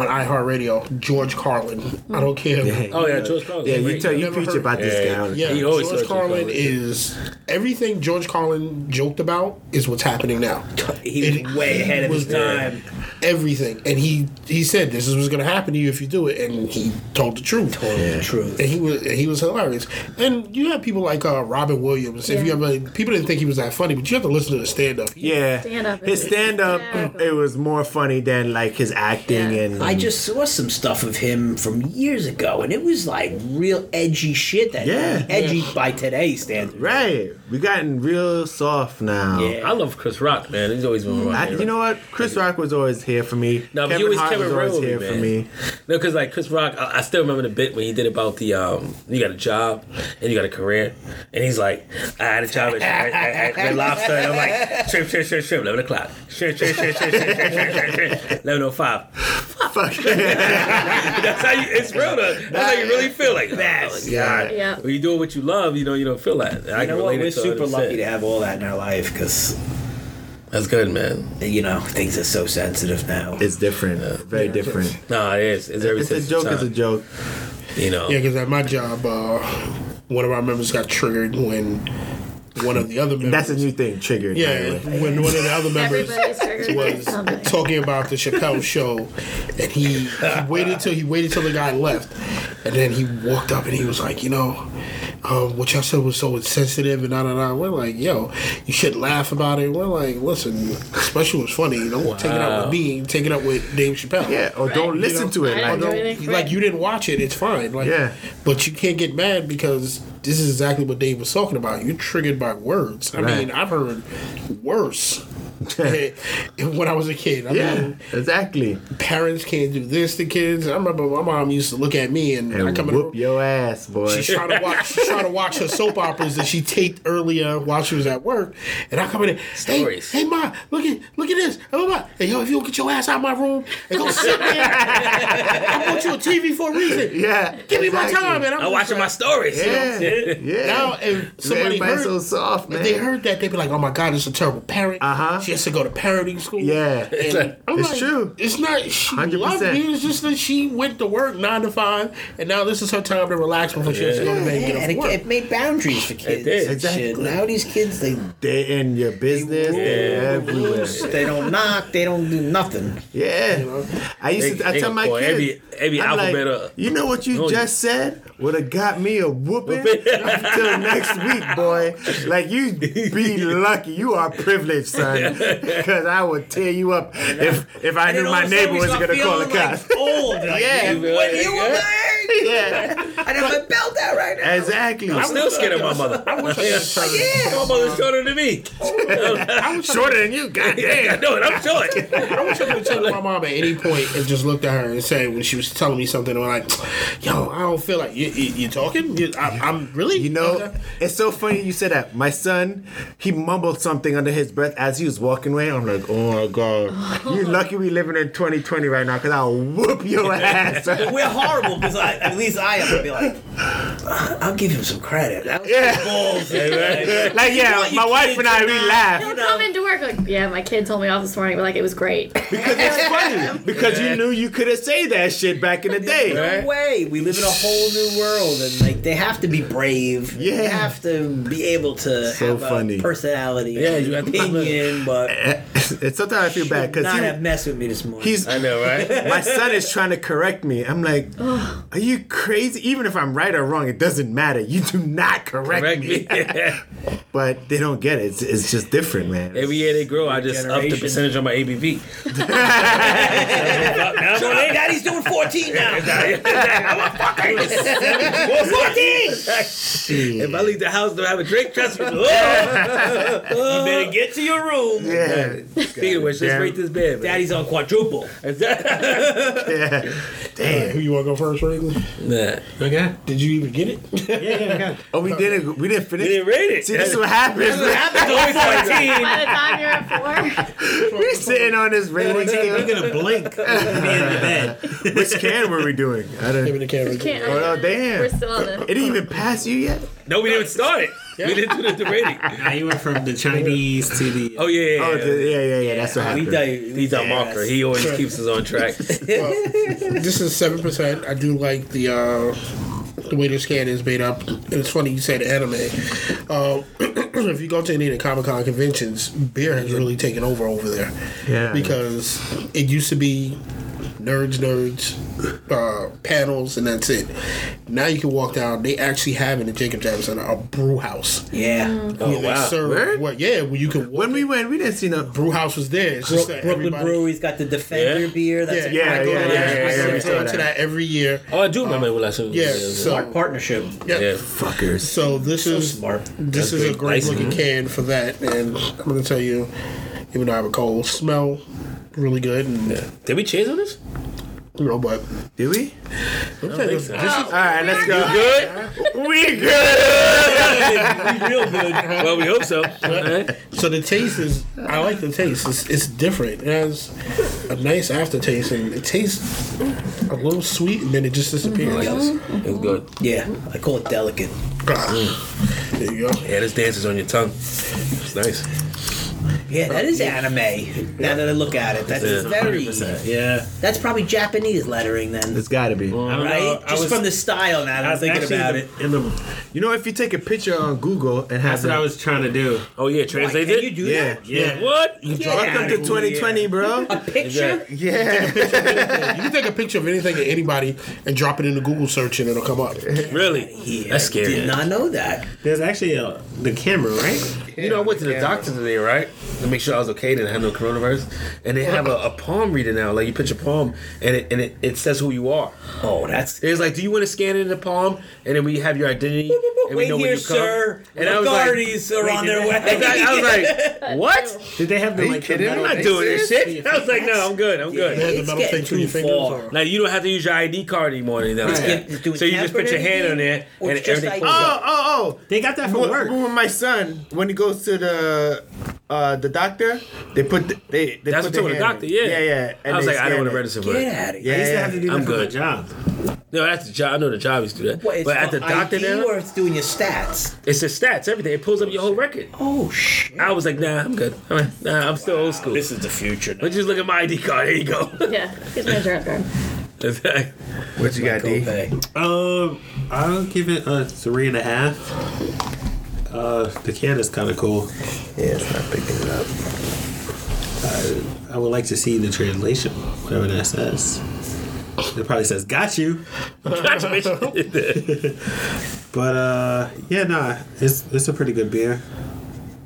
Speaker 6: iHeartRadio, George Carlin. I don't care.
Speaker 1: Oh, yeah, George Carlin.
Speaker 3: Yeah, you
Speaker 1: Great.
Speaker 3: tell you
Speaker 6: Never
Speaker 3: preach
Speaker 6: heard-
Speaker 3: about this
Speaker 1: Yeah,
Speaker 3: guy. all the
Speaker 6: Yeah,
Speaker 3: time.
Speaker 1: He always
Speaker 6: George
Speaker 1: says
Speaker 6: Carlin
Speaker 1: George Carlin.
Speaker 6: is everything George Carlin joked about is what's happening now.
Speaker 2: He
Speaker 6: It- [LAUGHS]
Speaker 2: was way ahead of
Speaker 6: was
Speaker 2: his time.
Speaker 6: Everything, and he he said this is what's going to happen to you if you do it, and he told the truth.
Speaker 2: Total truth.
Speaker 6: And he was he was hilarious. And you have people like uh, Robin Williams. If
Speaker 4: Yeah.
Speaker 6: you ever people didn't think he was that funny, but you have to listen to the stand up.
Speaker 3: Yeah,
Speaker 4: Stand-up
Speaker 3: his
Speaker 4: is
Speaker 3: stand up,
Speaker 4: hysterical.
Speaker 3: it was more funny than like his acting
Speaker 4: Yeah.
Speaker 3: and
Speaker 2: I just saw some stuff of him from years ago, and it was like real edgy shit. That
Speaker 3: Yeah.
Speaker 2: edgy by today's standards.
Speaker 3: right. We gotten real soft now.
Speaker 2: Yeah.
Speaker 1: I love Chris Rock, man. He's always been
Speaker 3: Mm, I,
Speaker 1: around.
Speaker 3: you know what? Chris Rock was always here for me.
Speaker 1: No, but
Speaker 3: Kevin
Speaker 1: you was
Speaker 3: Hart
Speaker 1: Kevin
Speaker 3: was always
Speaker 1: Rowley,
Speaker 3: here for
Speaker 1: man.
Speaker 3: me.
Speaker 1: No, because like Chris Rock, I, I still remember the bit when he did about the um, you got a job and you got a career, and he's like, I had a job at, at, at, at Red Lobster, and I'm like, shrimp, shrimp, shrimp, shrimp, eleven o'clock, shrimp, shrimp, shrimp, shrimp, shrimp, shrimp, shrimp, shrimp, shrimp, eleven o five. [LAUGHS]
Speaker 3: Fuck. yeah.
Speaker 1: That's how you. It's real though. That's how you really feel like that. God.
Speaker 4: Yeah.
Speaker 1: When you doing what you love, you know you don't feel that. I can
Speaker 2: You know what?
Speaker 1: relate
Speaker 2: We're
Speaker 1: it to
Speaker 2: super
Speaker 1: 100%.
Speaker 2: lucky to have all that in our life because
Speaker 1: That's good, man.
Speaker 2: you know things are so sensitive now.
Speaker 3: [LAUGHS] It's different. Very different.
Speaker 1: Nah, it is. It's every
Speaker 3: It's a
Speaker 1: sense of
Speaker 3: joke. It's a
Speaker 1: time,
Speaker 3: joke.
Speaker 1: You know.
Speaker 6: Yeah, because at my job, uh, one of our members got triggered when one of the other members.
Speaker 3: That's a new thing. Triggered. by the
Speaker 6: yeah,
Speaker 3: way.
Speaker 6: when one of the other members
Speaker 4: Everybody's triggered Oh by [LAUGHS]
Speaker 6: was
Speaker 4: something.
Speaker 6: talking about the Chappelle show, and he, he waited till he waited till the guy left, and then he walked up and he was like, you know, um, what y'all said was so insensitive and da da da. We're like, yo, you should laugh about it. We're like, listen, the special was funny. Don't take it up with me. Take it up with Dave Chappelle.
Speaker 3: Yeah. Or don't listen to it.
Speaker 4: I
Speaker 3: Like
Speaker 4: don't do
Speaker 6: Although,
Speaker 4: anything for
Speaker 6: like
Speaker 4: it.
Speaker 6: you didn't watch it, it's fine. Like,
Speaker 3: Yeah.
Speaker 6: But you can't get mad because this is exactly what Dave was talking about. You're triggered by words. I
Speaker 3: Right.
Speaker 6: mean, I've heard
Speaker 3: [LAUGHS]
Speaker 6: worse when I was a kid. I
Speaker 3: yeah.
Speaker 6: mean,
Speaker 3: Exactly.
Speaker 6: parents can't do this to kids. I remember my mom used to look at me and, I
Speaker 3: And
Speaker 6: come
Speaker 3: whoop
Speaker 6: in.
Speaker 3: your ass, boy.
Speaker 6: She's trying to watch. She's trying to watch her soap operas that she taped earlier while she was at work, and I come in. Hey,
Speaker 1: Stories.
Speaker 6: hey, ma, look at look at this. Blah, blah, blah. Hey, yo, if you don't get your ass out of my room and go sit there, I bought you a TV for a reason.
Speaker 3: Yeah.
Speaker 6: Give me my
Speaker 3: exactly.
Speaker 6: time, man. I'm,
Speaker 1: I'm watching my stories.
Speaker 3: Yeah. Yeah.
Speaker 6: Now, if somebody
Speaker 3: Everybody's
Speaker 6: heard,
Speaker 3: so soft, man.
Speaker 6: if they heard that, they'd be like, "Oh my God, it's a terrible parent.
Speaker 3: Uh-huh.
Speaker 6: She has to go to parenting school."
Speaker 3: Yeah.
Speaker 6: And I'm
Speaker 3: It's
Speaker 6: like,
Speaker 3: true.
Speaker 6: It's not. She
Speaker 3: 100%.
Speaker 6: loved me. It's just that she went to work nine to five, and now this is her time to relax before she has to go to
Speaker 2: Yeah,
Speaker 6: bed and get
Speaker 2: and
Speaker 6: off
Speaker 2: it,
Speaker 6: work.
Speaker 2: it made boundaries for kids.
Speaker 1: did.
Speaker 2: and shit.
Speaker 3: Exactly.
Speaker 2: Now these kids, they
Speaker 3: They in your business. They're everywhere.
Speaker 2: they don't knock, they don't do nothing.
Speaker 3: Yeah. I
Speaker 1: They-
Speaker 3: used to. I
Speaker 1: they
Speaker 3: tell
Speaker 1: gonna
Speaker 3: my
Speaker 1: call
Speaker 3: kids.
Speaker 1: every- every
Speaker 3: I'm
Speaker 1: alphabet
Speaker 3: like,
Speaker 1: up.
Speaker 3: You know what you
Speaker 1: Oh, yeah.
Speaker 3: just said would have got me a whooping [LAUGHS] until next week, boy. Like
Speaker 1: [LAUGHS]
Speaker 3: you be lucky. You are privileged, son, because I would tear you up if if I knew my neighbor was gonna call the cops.
Speaker 2: Old,
Speaker 3: Yeah.
Speaker 2: when you were
Speaker 3: [LAUGHS] yeah.
Speaker 2: I have my belt out right now.
Speaker 3: Exactly.
Speaker 1: I'm still scared of my mother.
Speaker 6: I wish I had
Speaker 1: [LAUGHS]
Speaker 6: shot it.
Speaker 1: My mother's shorter than me.
Speaker 3: Shorter
Speaker 1: [LAUGHS]
Speaker 3: than you,
Speaker 1: I
Speaker 3: goddamn.
Speaker 1: know it. [LAUGHS] I'm short.
Speaker 6: I wish I could have turned to my mom at any point and just looked at her and said when she was telling me something, I'm like, "Yo, I don't feel like you. You, you talking? You, I, I'm really.
Speaker 3: You know, it's so funny you said that. My son, he mumbled something under his breath as he was walking away. I'm like, oh my god,
Speaker 2: [LAUGHS]
Speaker 3: you're lucky we living in 2020 right now, cause I'll whoop your ass.
Speaker 2: We're horrible because I, at least I have to be like, "Uh, I'll give him some credit. That was
Speaker 3: Yeah.
Speaker 2: balls.
Speaker 3: like yeah,
Speaker 2: want your
Speaker 3: my wife
Speaker 2: kids
Speaker 3: and I
Speaker 2: to
Speaker 3: we
Speaker 2: not-
Speaker 3: laugh
Speaker 4: He'll come into work like, yeah, my kid told me off this morning, but like it was great.
Speaker 2: [LAUGHS]
Speaker 3: because it's funny because you knew you couldn't say that shit back in the
Speaker 2: No
Speaker 3: day. [LAUGHS]
Speaker 2: way. We live in a whole new world, and like they have to be brave. They
Speaker 3: Yeah.
Speaker 2: have to be able to
Speaker 3: So
Speaker 2: have
Speaker 3: funny.
Speaker 2: a personality.
Speaker 1: Yeah, you have to-
Speaker 2: opinion, but
Speaker 3: And sometimes I feel bad
Speaker 2: should not
Speaker 3: because
Speaker 2: have messed with me this morning.
Speaker 3: he's
Speaker 1: I know,
Speaker 3: [LAUGHS]
Speaker 1: right?
Speaker 3: my son is trying to correct me.
Speaker 2: [SIGHS]
Speaker 3: I'm like, are you crazy? Even if I'm right or wrong, it doesn't matter. You do not correct,
Speaker 1: Correct
Speaker 3: me.
Speaker 1: me.
Speaker 3: But they don't get it. It's, it's just different, man.
Speaker 1: Every year they grow, I just up the
Speaker 2: Generation.
Speaker 1: percentage on my ABV.
Speaker 2: so hey, daddy's doing fourteen now.
Speaker 1: [LAUGHS] If I leave the house, don't have a drink. Trust me. Oh,
Speaker 2: you better get to your room.
Speaker 3: yeah.
Speaker 1: Speaking of which, let's
Speaker 3: Damn.
Speaker 1: rate this bed. man.
Speaker 2: Daddy's on quadruple.
Speaker 1: Is that-
Speaker 3: yeah.
Speaker 6: who you want to go first, Franklin?
Speaker 1: [LAUGHS] Nah.
Speaker 5: Okay.
Speaker 6: Did you even get it? [LAUGHS]
Speaker 3: Oh, we didn't. We didn't finish.
Speaker 1: We didn't rate it.
Speaker 3: See, this is what happens.
Speaker 1: It's
Speaker 3: man. [LAUGHS]
Speaker 1: always [LAUGHS] like that.
Speaker 4: By the time you're at four,
Speaker 3: We're sitting on this rating
Speaker 5: You're
Speaker 3: scale. [LAUGHS]
Speaker 5: gonna blink.
Speaker 3: Which can were we doing? I don't.
Speaker 6: Give me the camera.
Speaker 4: can't.
Speaker 3: Oh no,
Speaker 4: We're
Speaker 3: damn.
Speaker 4: still on this.
Speaker 3: [LAUGHS] It didn't even pass you yet.
Speaker 1: No, we didn't start it. We didn't do the, the rating.
Speaker 5: Now you went from the Chinese to the.
Speaker 1: [LAUGHS] Oh, yeah, yeah,
Speaker 3: Oh,
Speaker 1: yeah.
Speaker 3: the- yeah, yeah, yeah. That's what
Speaker 2: We
Speaker 3: happened.
Speaker 2: di- we
Speaker 1: He's our
Speaker 2: digress.
Speaker 1: marker. He always keeps us on track.
Speaker 6: This is seven percent. I do like the uh, the way this can is made up. And it's funny you said anime. Uh, [CLEARS THROAT] if you go to any of the Comic Con conventions, beer has really taken over over there.
Speaker 3: Yeah.
Speaker 6: Because it used to be nerds, nerds, uh, panels, and that's it. Now you can walk down. They actually have in the Jacob Javits Center a brew house.
Speaker 2: Yeah.
Speaker 1: Oh,
Speaker 6: They
Speaker 1: wow.
Speaker 6: serve-
Speaker 3: Where?
Speaker 6: Well, yeah, well, you can. Walk
Speaker 3: When we went, we didn't see no.
Speaker 6: brew house was there. It's just that
Speaker 2: Brooklyn
Speaker 6: everybody-
Speaker 2: Brewery's got the Defender
Speaker 1: Yeah.
Speaker 2: beer. That's
Speaker 6: Yeah,
Speaker 2: a
Speaker 3: Yeah,
Speaker 6: I go
Speaker 3: yeah,
Speaker 6: to
Speaker 3: yeah,
Speaker 6: that.
Speaker 3: yeah,
Speaker 6: I
Speaker 3: yeah, we
Speaker 6: go
Speaker 3: saw
Speaker 6: to
Speaker 3: that.
Speaker 6: that every year.
Speaker 1: Oh, I do remember what I said.
Speaker 6: Yeah,
Speaker 1: yeah.
Speaker 6: so
Speaker 2: partnership.
Speaker 6: yeah.
Speaker 1: yeah.
Speaker 3: Fuckers.
Speaker 6: So this is
Speaker 2: smart.
Speaker 6: this is a great
Speaker 1: Nice.
Speaker 6: looking can for that, and I'm gonna tell you, even though I have a cold, smell really good, and
Speaker 1: Did we cheers on this?
Speaker 6: you know, but
Speaker 3: Did we?
Speaker 6: this,
Speaker 3: All right, let's go.
Speaker 1: Good.
Speaker 3: We good.
Speaker 1: Real good. Well, we hope so.
Speaker 6: is, so the taste is I like the taste. It's, it's different. It has a nice aftertaste, and it tastes a little sweet, and then it just disappears.
Speaker 1: Mm, It's good.
Speaker 2: Yeah, I call it delicate.
Speaker 6: There you go.
Speaker 1: Yeah, this dance is on your tongue. It's nice.
Speaker 2: Yeah, that is anime. Now that I look at it, that's
Speaker 1: Yeah.
Speaker 2: very.
Speaker 5: Yeah.
Speaker 2: That's probably Japanese lettering then,
Speaker 3: It's gotta be.
Speaker 5: I don't
Speaker 2: right?
Speaker 5: know, I
Speaker 2: Just
Speaker 5: was-
Speaker 2: from the style. Now that
Speaker 5: I
Speaker 2: I'm
Speaker 5: was
Speaker 2: thinking
Speaker 5: actually
Speaker 2: about
Speaker 5: in
Speaker 2: it.
Speaker 5: the- in the.
Speaker 3: You know, if you take a picture on Google and have
Speaker 5: That's what I
Speaker 3: it-
Speaker 5: was trying to do.
Speaker 1: Oh yeah,
Speaker 2: Why,
Speaker 1: translate
Speaker 2: can you
Speaker 1: it.
Speaker 2: do
Speaker 3: yeah,
Speaker 2: that?
Speaker 5: Yeah.
Speaker 1: What?
Speaker 3: Welcome to 2020, bro.
Speaker 2: A picture?
Speaker 3: Yeah.
Speaker 6: You can take a picture of anything of anybody and drop it into Google search, and it'll come up.
Speaker 1: Really?
Speaker 2: Yeah,
Speaker 1: That's
Speaker 2: I
Speaker 1: scary.
Speaker 2: did not know that.
Speaker 5: There's actually a, the camera, right?
Speaker 1: You know, I went to the doctor today, right? To make sure I was okay, didn't have no coronavirus. And they have a, a palm reader now. Like you put your palm, and it and it, it says who you are.
Speaker 2: Oh, that's.
Speaker 1: It's like, do you want to scan it in the palm, and then we have your identity, and we
Speaker 2: Wait
Speaker 1: know when
Speaker 2: here,
Speaker 1: you come.
Speaker 2: sir.
Speaker 1: And I was like,
Speaker 2: Guardies are on their way.
Speaker 1: [LAUGHS] exactly, I was like, what?
Speaker 2: [LAUGHS]
Speaker 5: Did they have the
Speaker 3: you
Speaker 5: like the
Speaker 3: kidding?
Speaker 5: metal-
Speaker 1: I'm not doing this shit. [LAUGHS] I was like, no, I'm good. I'm
Speaker 6: They
Speaker 1: good.
Speaker 6: had the
Speaker 2: It's
Speaker 6: metal
Speaker 2: getting
Speaker 6: thing through your
Speaker 2: too
Speaker 6: fingers,
Speaker 2: far.
Speaker 6: or-
Speaker 1: Now you don't have to use your ID card anymore. Or anything like
Speaker 2: Right.
Speaker 1: that.
Speaker 2: Do we
Speaker 1: So you
Speaker 2: tap
Speaker 1: just put
Speaker 2: it
Speaker 1: your
Speaker 2: in
Speaker 1: hand
Speaker 2: again?
Speaker 1: on there,
Speaker 2: Or
Speaker 1: and
Speaker 2: just
Speaker 1: everything.
Speaker 2: ID?
Speaker 1: Oh,
Speaker 3: Oh, oh, oh.
Speaker 5: They got that from
Speaker 3: When,
Speaker 5: work.
Speaker 3: when my son, when he goes to the uh, the doctor, they put the, they they
Speaker 1: that's what
Speaker 3: put their
Speaker 1: told the
Speaker 3: hand
Speaker 1: doctor.
Speaker 3: in.
Speaker 1: Yeah,
Speaker 3: yeah, yeah. And
Speaker 1: I was
Speaker 3: they
Speaker 1: like, I don't
Speaker 3: scan
Speaker 1: want
Speaker 3: it.
Speaker 1: to register for
Speaker 2: Get
Speaker 1: it.
Speaker 2: out of
Speaker 3: Yeah,
Speaker 2: here.
Speaker 5: I used to have to do that
Speaker 1: I'm
Speaker 5: for
Speaker 1: good.
Speaker 5: my job.
Speaker 1: No, that's the job. I know the job is to do that.
Speaker 2: What, it's
Speaker 1: but at the
Speaker 2: called
Speaker 1: doctor
Speaker 2: ID
Speaker 1: now,
Speaker 2: or it's doing your stats?
Speaker 1: it's the stats, everything. It pulls up your whole record.
Speaker 2: Oh, shit.
Speaker 1: I was like, nah, I'm good. I'm like, nah, I'm still old school. Let's
Speaker 2: is the future.
Speaker 1: just look at my ID card. There you go. [LAUGHS]
Speaker 4: Yeah, here's my insurance card.
Speaker 1: Exactly.
Speaker 3: What you got, D?
Speaker 2: Copay.
Speaker 5: Um, I'll give it a three and a half. Uh, the can is kind of cool.
Speaker 3: Yeah, it's not picking it up.
Speaker 5: I would like to see the translation, whatever that says. It probably says "got you,"
Speaker 1: Gotcha, bitch.
Speaker 5: but uh, yeah, nah, it's it's a pretty good beer.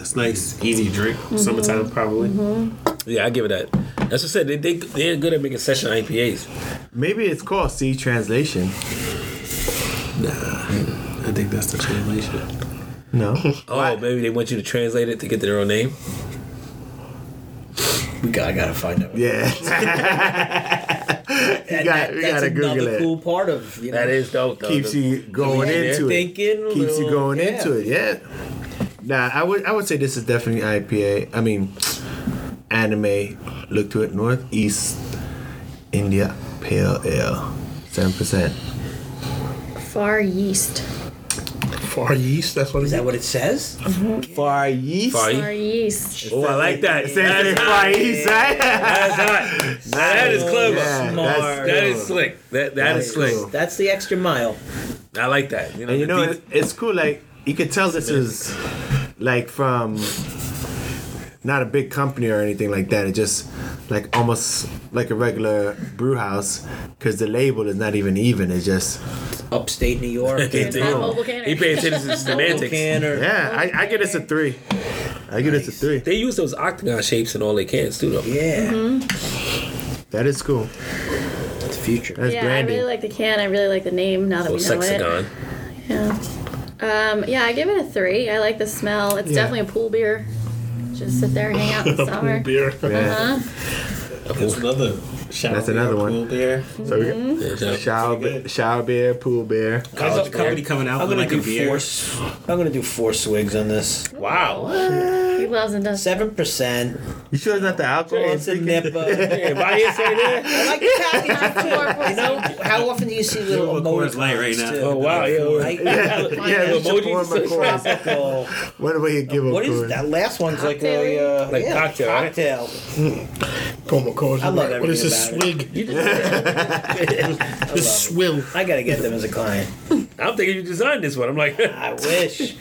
Speaker 5: It's nice, easy drink, summertime probably.
Speaker 1: yeah, I give it that. That's what I said. They, they, they're good at making session IPAs.
Speaker 3: Maybe it's called C translation.
Speaker 5: I think that's the translation.
Speaker 3: No.
Speaker 1: Oh, maybe they want you to translate it to get their own name.
Speaker 2: We got, I gotta find out.
Speaker 3: [LAUGHS]
Speaker 1: [LAUGHS]
Speaker 3: Yeah. you got, you
Speaker 2: that's
Speaker 3: gotta
Speaker 2: another
Speaker 3: Google it.
Speaker 2: cool part of you know,
Speaker 1: That is dope. Though.
Speaker 3: Keeps
Speaker 1: The-
Speaker 3: you going
Speaker 1: Yeah,
Speaker 3: into it.
Speaker 2: thinking.
Speaker 3: Keeps you
Speaker 2: little-
Speaker 3: going
Speaker 2: yeah.
Speaker 3: into it. Yeah. Nah, I would I would say this is definitely IPA. I mean, anime. Look to it. Northeast India Pale Ale, seven percent.
Speaker 4: Far yeast.
Speaker 6: Far yeast, that's what it
Speaker 2: Is
Speaker 6: is.
Speaker 2: that what it says?
Speaker 3: Far East.
Speaker 1: Far
Speaker 4: Far yeast.
Speaker 1: Oh, I like that.
Speaker 3: [LAUGHS] It says it's Far East, right?
Speaker 1: That's hot. Now that is clever.
Speaker 3: Yeah,
Speaker 2: Smart.
Speaker 3: that's
Speaker 1: That
Speaker 3: cool.
Speaker 1: is slick. That that is slick.
Speaker 3: cool.
Speaker 2: That's the extra mile.
Speaker 1: I like that. You know,
Speaker 3: And you
Speaker 1: the
Speaker 3: know,
Speaker 1: deep-
Speaker 3: it, it's cool. Like you could tell this is like from not a big company or anything like that. It just like almost like a regular brew house because the label is not even even. It's just
Speaker 2: Upstate New York.
Speaker 1: He
Speaker 4: It's
Speaker 1: did.
Speaker 4: not mobile cannon.
Speaker 1: He paid attention to the semantics.
Speaker 2: Can or-
Speaker 3: yeah. I, I give this a three. I give this a three.
Speaker 1: They use those octagon shapes in all they can too, though.
Speaker 2: Yeah.
Speaker 1: Mm-hmm.
Speaker 3: That is cool.
Speaker 2: It's the future.
Speaker 3: That's
Speaker 4: Yeah, I
Speaker 3: branding.
Speaker 4: really like the can. I really like the name now that
Speaker 1: Or
Speaker 4: we know it.
Speaker 1: sexagon.
Speaker 4: Yeah. Um, yeah, I give it a three. I like the smell. It's
Speaker 3: Yeah.
Speaker 4: definitely a pool beer. Just sit there, hang out
Speaker 5: [LAUGHS]
Speaker 4: in the summer.
Speaker 6: Beer.
Speaker 3: yeah.
Speaker 5: That's another. Shower
Speaker 3: That's another
Speaker 5: beer,
Speaker 3: one.
Speaker 5: Cool beer.
Speaker 3: So we got
Speaker 4: Mm-hmm.
Speaker 1: Yeah, so-
Speaker 3: shower, be- shower beer, pool beer.
Speaker 5: There's a company coming out
Speaker 2: I'm
Speaker 5: with
Speaker 2: gonna
Speaker 5: like a
Speaker 2: do
Speaker 5: beer.
Speaker 2: four. s- I'm gonna do four swigs on this.
Speaker 1: Wow.
Speaker 4: He loves and does.
Speaker 2: Seven percent.
Speaker 3: You sure it's not the alcohol?
Speaker 2: It's a nipper.
Speaker 1: [LAUGHS] If I didn't say that.
Speaker 2: I like the package. [LAUGHS] You
Speaker 4: Four
Speaker 2: know, how often do you see
Speaker 5: Little
Speaker 2: little
Speaker 5: Coors
Speaker 2: emojis?
Speaker 5: Light right now.
Speaker 1: Oh wow, yo.
Speaker 3: yeah, we should
Speaker 1: Emojis
Speaker 3: pour him a
Speaker 1: is so
Speaker 3: course.
Speaker 2: Tropical.
Speaker 3: What do we give him?
Speaker 2: What is that last one's like a uh,
Speaker 1: Like
Speaker 2: yeah,
Speaker 1: cocktail, right?
Speaker 2: cocktail.
Speaker 6: Coma Coors.
Speaker 2: I love
Speaker 6: What
Speaker 2: everything
Speaker 6: is this
Speaker 2: about
Speaker 6: swig?
Speaker 1: You just,
Speaker 6: [LAUGHS] This swill.
Speaker 2: I gotta get them as a client.
Speaker 1: I'm thinking you designed this one. I'm like, [LAUGHS]
Speaker 2: I wish.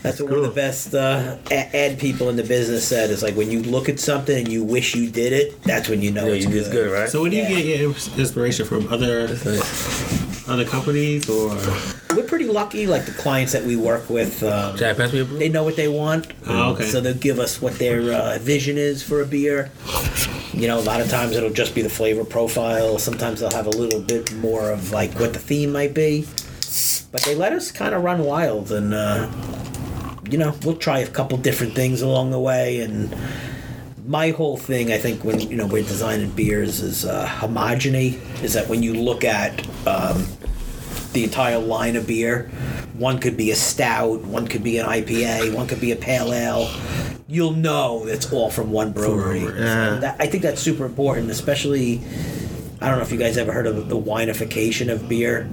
Speaker 2: That's what one of the best uh, a- ad people in the business said. It's like when you look at something and you wish you did it. That's when you know
Speaker 1: yo,
Speaker 2: it's
Speaker 1: you
Speaker 2: good.
Speaker 1: did good, right?
Speaker 5: So, where do you
Speaker 2: Yeah.
Speaker 5: get your ins- inspiration from? Other other companies or
Speaker 2: We're pretty lucky. Like the clients that we work with, um,
Speaker 1: Jack, pass me a brew.
Speaker 2: they know what they want. Um,
Speaker 5: Oh, okay.
Speaker 2: So they'll give us what their uh, vision is for a beer. You know, a lot of times it'll just be the flavor profile. Sometimes they'll have a little bit more of like what the theme might be. But they let us kind of run wild, and uh, you know, we'll try a couple different things along the way. And my whole thing, I think, when you know we're designing beers, is uh, homogeny. Is that when you look at um, the entire line of beer. One could be a stout, one could be an IPA, one could be a pale ale. You'll know it's all from one brewery.
Speaker 3: Yeah.
Speaker 2: That- I think that's super important, especially. I don't know if you guys ever heard of the winification of beer.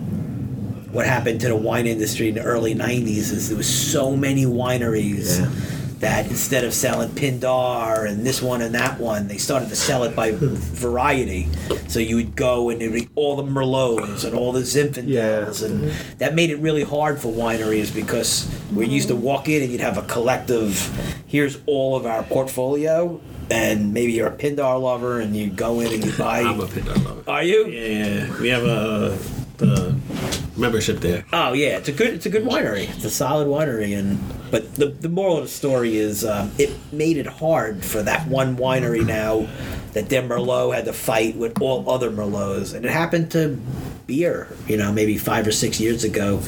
Speaker 2: What happened to the wine industry in the early '90s is there was so many wineries
Speaker 3: Yeah.
Speaker 2: that instead of selling Pindar and this one and that one, they started to sell it by variety. So you would go and it'd be all the Merlots and all the Zinfandels,
Speaker 3: Yeah.
Speaker 2: and that made it really hard for wineries because we used to walk in and you'd have a collective. Here's all of our portfolio, and maybe you're a Pindar lover, and you go in and you buy.
Speaker 5: I'm a Pindar lover.
Speaker 2: Are you?
Speaker 5: Yeah, we have a, the membership there.
Speaker 2: Oh yeah, it's a good it's a good winery. It's a solid winery, and but the the moral of the story is um, it made it hard for that one winery now that their merlot had to fight with all other merlots, and it happened to beer. You know, maybe five or six years ago.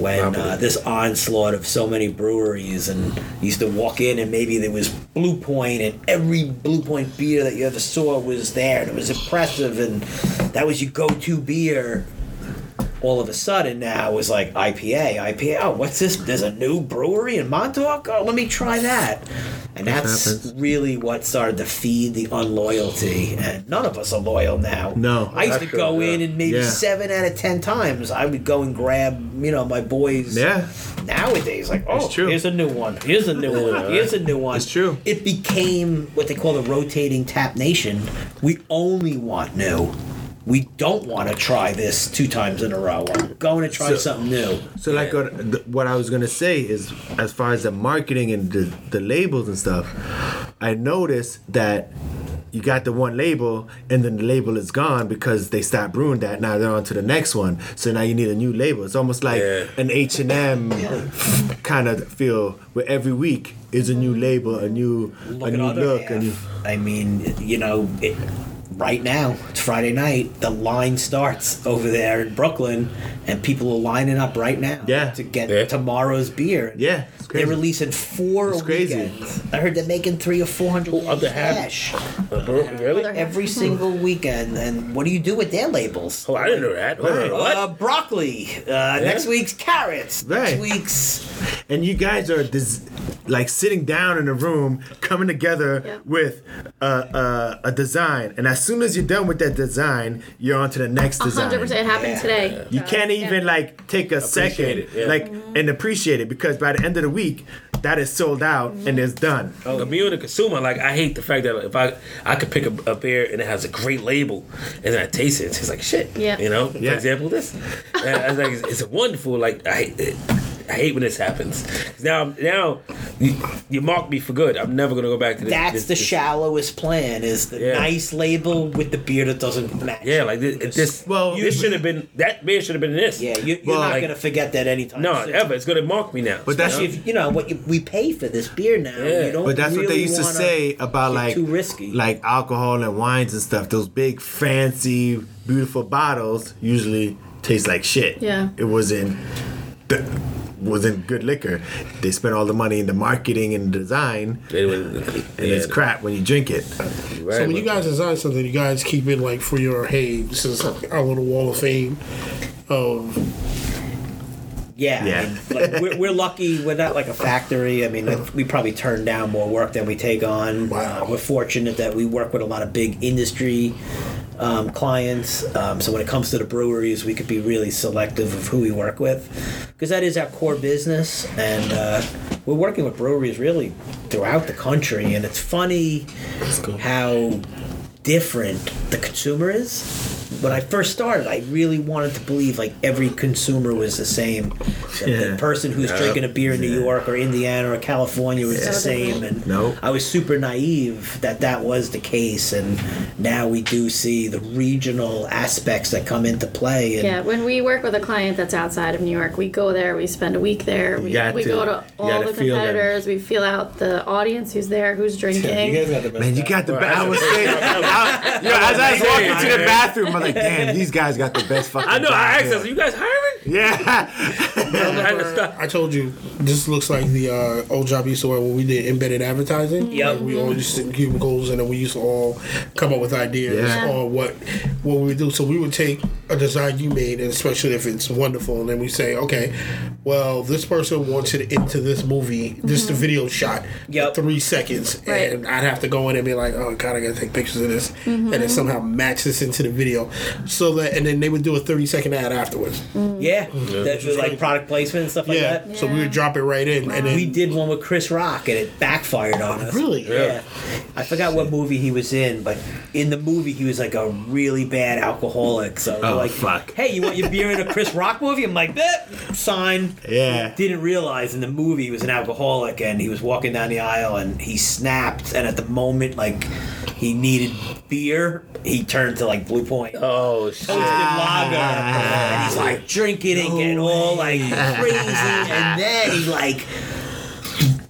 Speaker 2: When uh, this onslaught of so many breweries, and you used to walk in, and maybe there was Blue Point, and every Blue Point beer that you ever saw was there, and it was impressive, and that was your go-to beer all of a sudden now it was like IPA, IPA. Oh, what's this? There's a new brewery in Montauk. Oh, let me try that. And that's
Speaker 3: happens.
Speaker 2: really what started to feed the unloyalty. And none of us are loyal now.
Speaker 3: No.
Speaker 2: I used to
Speaker 1: Actually,
Speaker 2: go
Speaker 1: yeah.
Speaker 2: in and maybe
Speaker 3: Yeah.
Speaker 2: seven out of ten times I would go and grab, you know, my boys.
Speaker 3: Yeah.
Speaker 2: Nowadays, like, oh,
Speaker 3: true.
Speaker 2: here's a new one. Here's
Speaker 3: [LAUGHS]
Speaker 2: a new one. Here's a new one.
Speaker 3: It's true.
Speaker 2: It became what they call the rotating tap nation. We only want new. We don't want to try this two times in a row. I'm going to try
Speaker 3: So-
Speaker 2: something new.
Speaker 3: So like what, th- what I was gonna say is, as far as the marketing and the, the labels and stuff, I noticed that you got the one label and then the label is gone because they stopped brewing that. Now they're on to the next one. So now you need a new label. It's almost like
Speaker 1: Yeah.
Speaker 3: an H and M kind of feel where every week is a new label, a new
Speaker 2: Look
Speaker 3: a
Speaker 2: at
Speaker 3: new
Speaker 2: other
Speaker 3: look,
Speaker 2: half.
Speaker 3: a new
Speaker 2: I mean, you know, it, right now, it's Friday night, the line starts over there in Brooklyn, and people are lining up right now
Speaker 3: Yeah.
Speaker 2: to get
Speaker 1: Yeah.
Speaker 2: tomorrow's beer.
Speaker 3: Yeah, it's crazy.
Speaker 2: They're releasing four
Speaker 3: It's
Speaker 2: a
Speaker 3: crazy.
Speaker 2: weekend. I heard they're making three or four hundred
Speaker 1: Oh, other half.
Speaker 2: cash
Speaker 1: really?
Speaker 2: every single weekend. And what do you do with their labels?
Speaker 1: Oh, I didn't know that. Wait, wait, what?
Speaker 2: Uh, broccoli. Uh, Next week's carrots.
Speaker 3: Right.
Speaker 2: Next week's
Speaker 3: and you guys are des- like sitting down in a room, coming together
Speaker 4: Yeah.
Speaker 3: with a, a, a design, and as soon as you're done with that design, you're on to the next design.
Speaker 4: hundred percent happened
Speaker 2: Yeah.
Speaker 4: today.
Speaker 3: You
Speaker 4: Uh,
Speaker 3: can't
Speaker 4: yeah.
Speaker 3: even like take a second,
Speaker 1: it, yeah.
Speaker 3: like and appreciate it because by the end of the week, that is sold out
Speaker 4: Mm-hmm.
Speaker 3: and it's done.
Speaker 1: Like, Me and the consumer, like I hate the fact that if I I could pick a, a beer and it has a great label, and then I taste it, it tastes like shit.
Speaker 4: Yeah.
Speaker 1: You know,
Speaker 3: Yeah.
Speaker 1: for example, this. And I was like, it's, it's wonderful. Like I hate it. I hate when this happens. Now, now, you, you marked me for good. I'm never gonna go back to this.
Speaker 2: that's
Speaker 1: this-
Speaker 2: the
Speaker 1: this-
Speaker 2: shallowest plan is the
Speaker 1: Yeah.
Speaker 2: nice label with the beer that doesn't match.
Speaker 1: Yeah, like this. this
Speaker 3: Well,
Speaker 1: well, this should have been that beer should have been in this.
Speaker 2: Yeah, you, you're
Speaker 3: Well,
Speaker 2: not
Speaker 1: like-
Speaker 2: gonna forget that anytime.
Speaker 1: No,
Speaker 2: soon.
Speaker 1: ever. It's gonna mark me now.
Speaker 3: But that's
Speaker 2: Especially if you know what you, we pay for this beer now.
Speaker 1: Yeah.
Speaker 2: You don't
Speaker 3: But that's what they
Speaker 2: really
Speaker 3: used to
Speaker 2: wanna
Speaker 3: say about
Speaker 2: get
Speaker 3: like
Speaker 2: too risky.
Speaker 3: like alcohol and wines and stuff. Those big fancy, beautiful bottles usually taste like shit.
Speaker 4: Yeah.
Speaker 3: it wasn't the, wasn't good liquor. They spent all the money in the marketing and design,
Speaker 1: They would-
Speaker 3: and it's
Speaker 1: yeah,
Speaker 3: crap when you drink it.
Speaker 1: right,
Speaker 6: So when
Speaker 1: but-
Speaker 6: you guys design something, you guys keep it like for your hey, this is our little wall of fame of
Speaker 2: Yeah,
Speaker 3: Yeah.
Speaker 2: I mean, like, we're, we're lucky. We're not like a factory. I mean, we probably turn down more work than we take on. Uh, we're fortunate that we work with a lot of big industry um, clients. Um, so when it comes to the breweries, we could be really selective of who we work with because that is our core business, and uh, we're working with breweries really throughout the country. And it's funny how different the consumer is. When I first started, I really wanted to believe like every consumer was the same. The, the
Speaker 3: Yeah.
Speaker 2: person who's drinking a beer in New York or Indiana or California was the same. And
Speaker 3: Nope.
Speaker 2: I was super naive that that was the case. And now we do see the regional aspects that come into play. And
Speaker 4: Yeah, when we work with a client that's outside of New York, we go there, we spend a week there, we,
Speaker 3: got
Speaker 4: we
Speaker 3: to.
Speaker 4: go
Speaker 3: You
Speaker 4: to all
Speaker 3: gotta
Speaker 4: the
Speaker 3: feel them.
Speaker 4: competitors, we feel out the audience who's there, who's
Speaker 5: Yeah,
Speaker 4: drinking.
Speaker 5: you guys got the best.
Speaker 3: Man, you got the. Ba- I was
Speaker 1: [LAUGHS]
Speaker 3: saying, I, yo, as I was
Speaker 1: Yeah.
Speaker 3: walking to the bathroom, I'm like, damn, these guys got the best fucking.
Speaker 1: I know. I
Speaker 3: job
Speaker 1: asked
Speaker 3: here.
Speaker 1: us, "You guys hiring?" [LAUGHS]
Speaker 3: [LAUGHS] Yeah,
Speaker 1: I had to stop.
Speaker 6: I told you, this looks like the uh, old job you used to wear when we did embedded advertising.
Speaker 2: Yep.
Speaker 6: Like, we all used to sit in cubicles and then we used to all come up with ideas
Speaker 3: Yeah.
Speaker 6: on what what we would do. So we would take a design you made, and especially if it's wonderful, and then we say, okay, well, this person wants it into this movie, just a video shot,
Speaker 2: Yep.
Speaker 6: three seconds,
Speaker 4: Right.
Speaker 6: and I'd have to go in and be like, oh god, I gotta take pictures of this, and then somehow match this into the video, so that, and then they would do a thirty second ad afterwards.
Speaker 2: yeah, that's like product placement and stuff like
Speaker 6: Yeah.
Speaker 2: that.
Speaker 6: So we would drop it right in, and then
Speaker 2: We did one with Chris Rock, and it backfired on us.
Speaker 6: Really?
Speaker 2: Yeah. I forgot what movie he was in, but in the movie he was like a really bad alcoholic. So we're
Speaker 3: Oh,
Speaker 2: like,
Speaker 3: fuck.
Speaker 2: hey, you want your beer in a Chris Rock movie? I'm like, eh, sign.
Speaker 3: yeah.
Speaker 2: Didn't realize in the movie he was an alcoholic, and he was walking down the aisle, and he snapped. And at the moment, like he needed beer, he turned to like Blue Point
Speaker 1: Oh shit!
Speaker 2: toasted lager. And he's like drinking and getting all like crazy. And then he like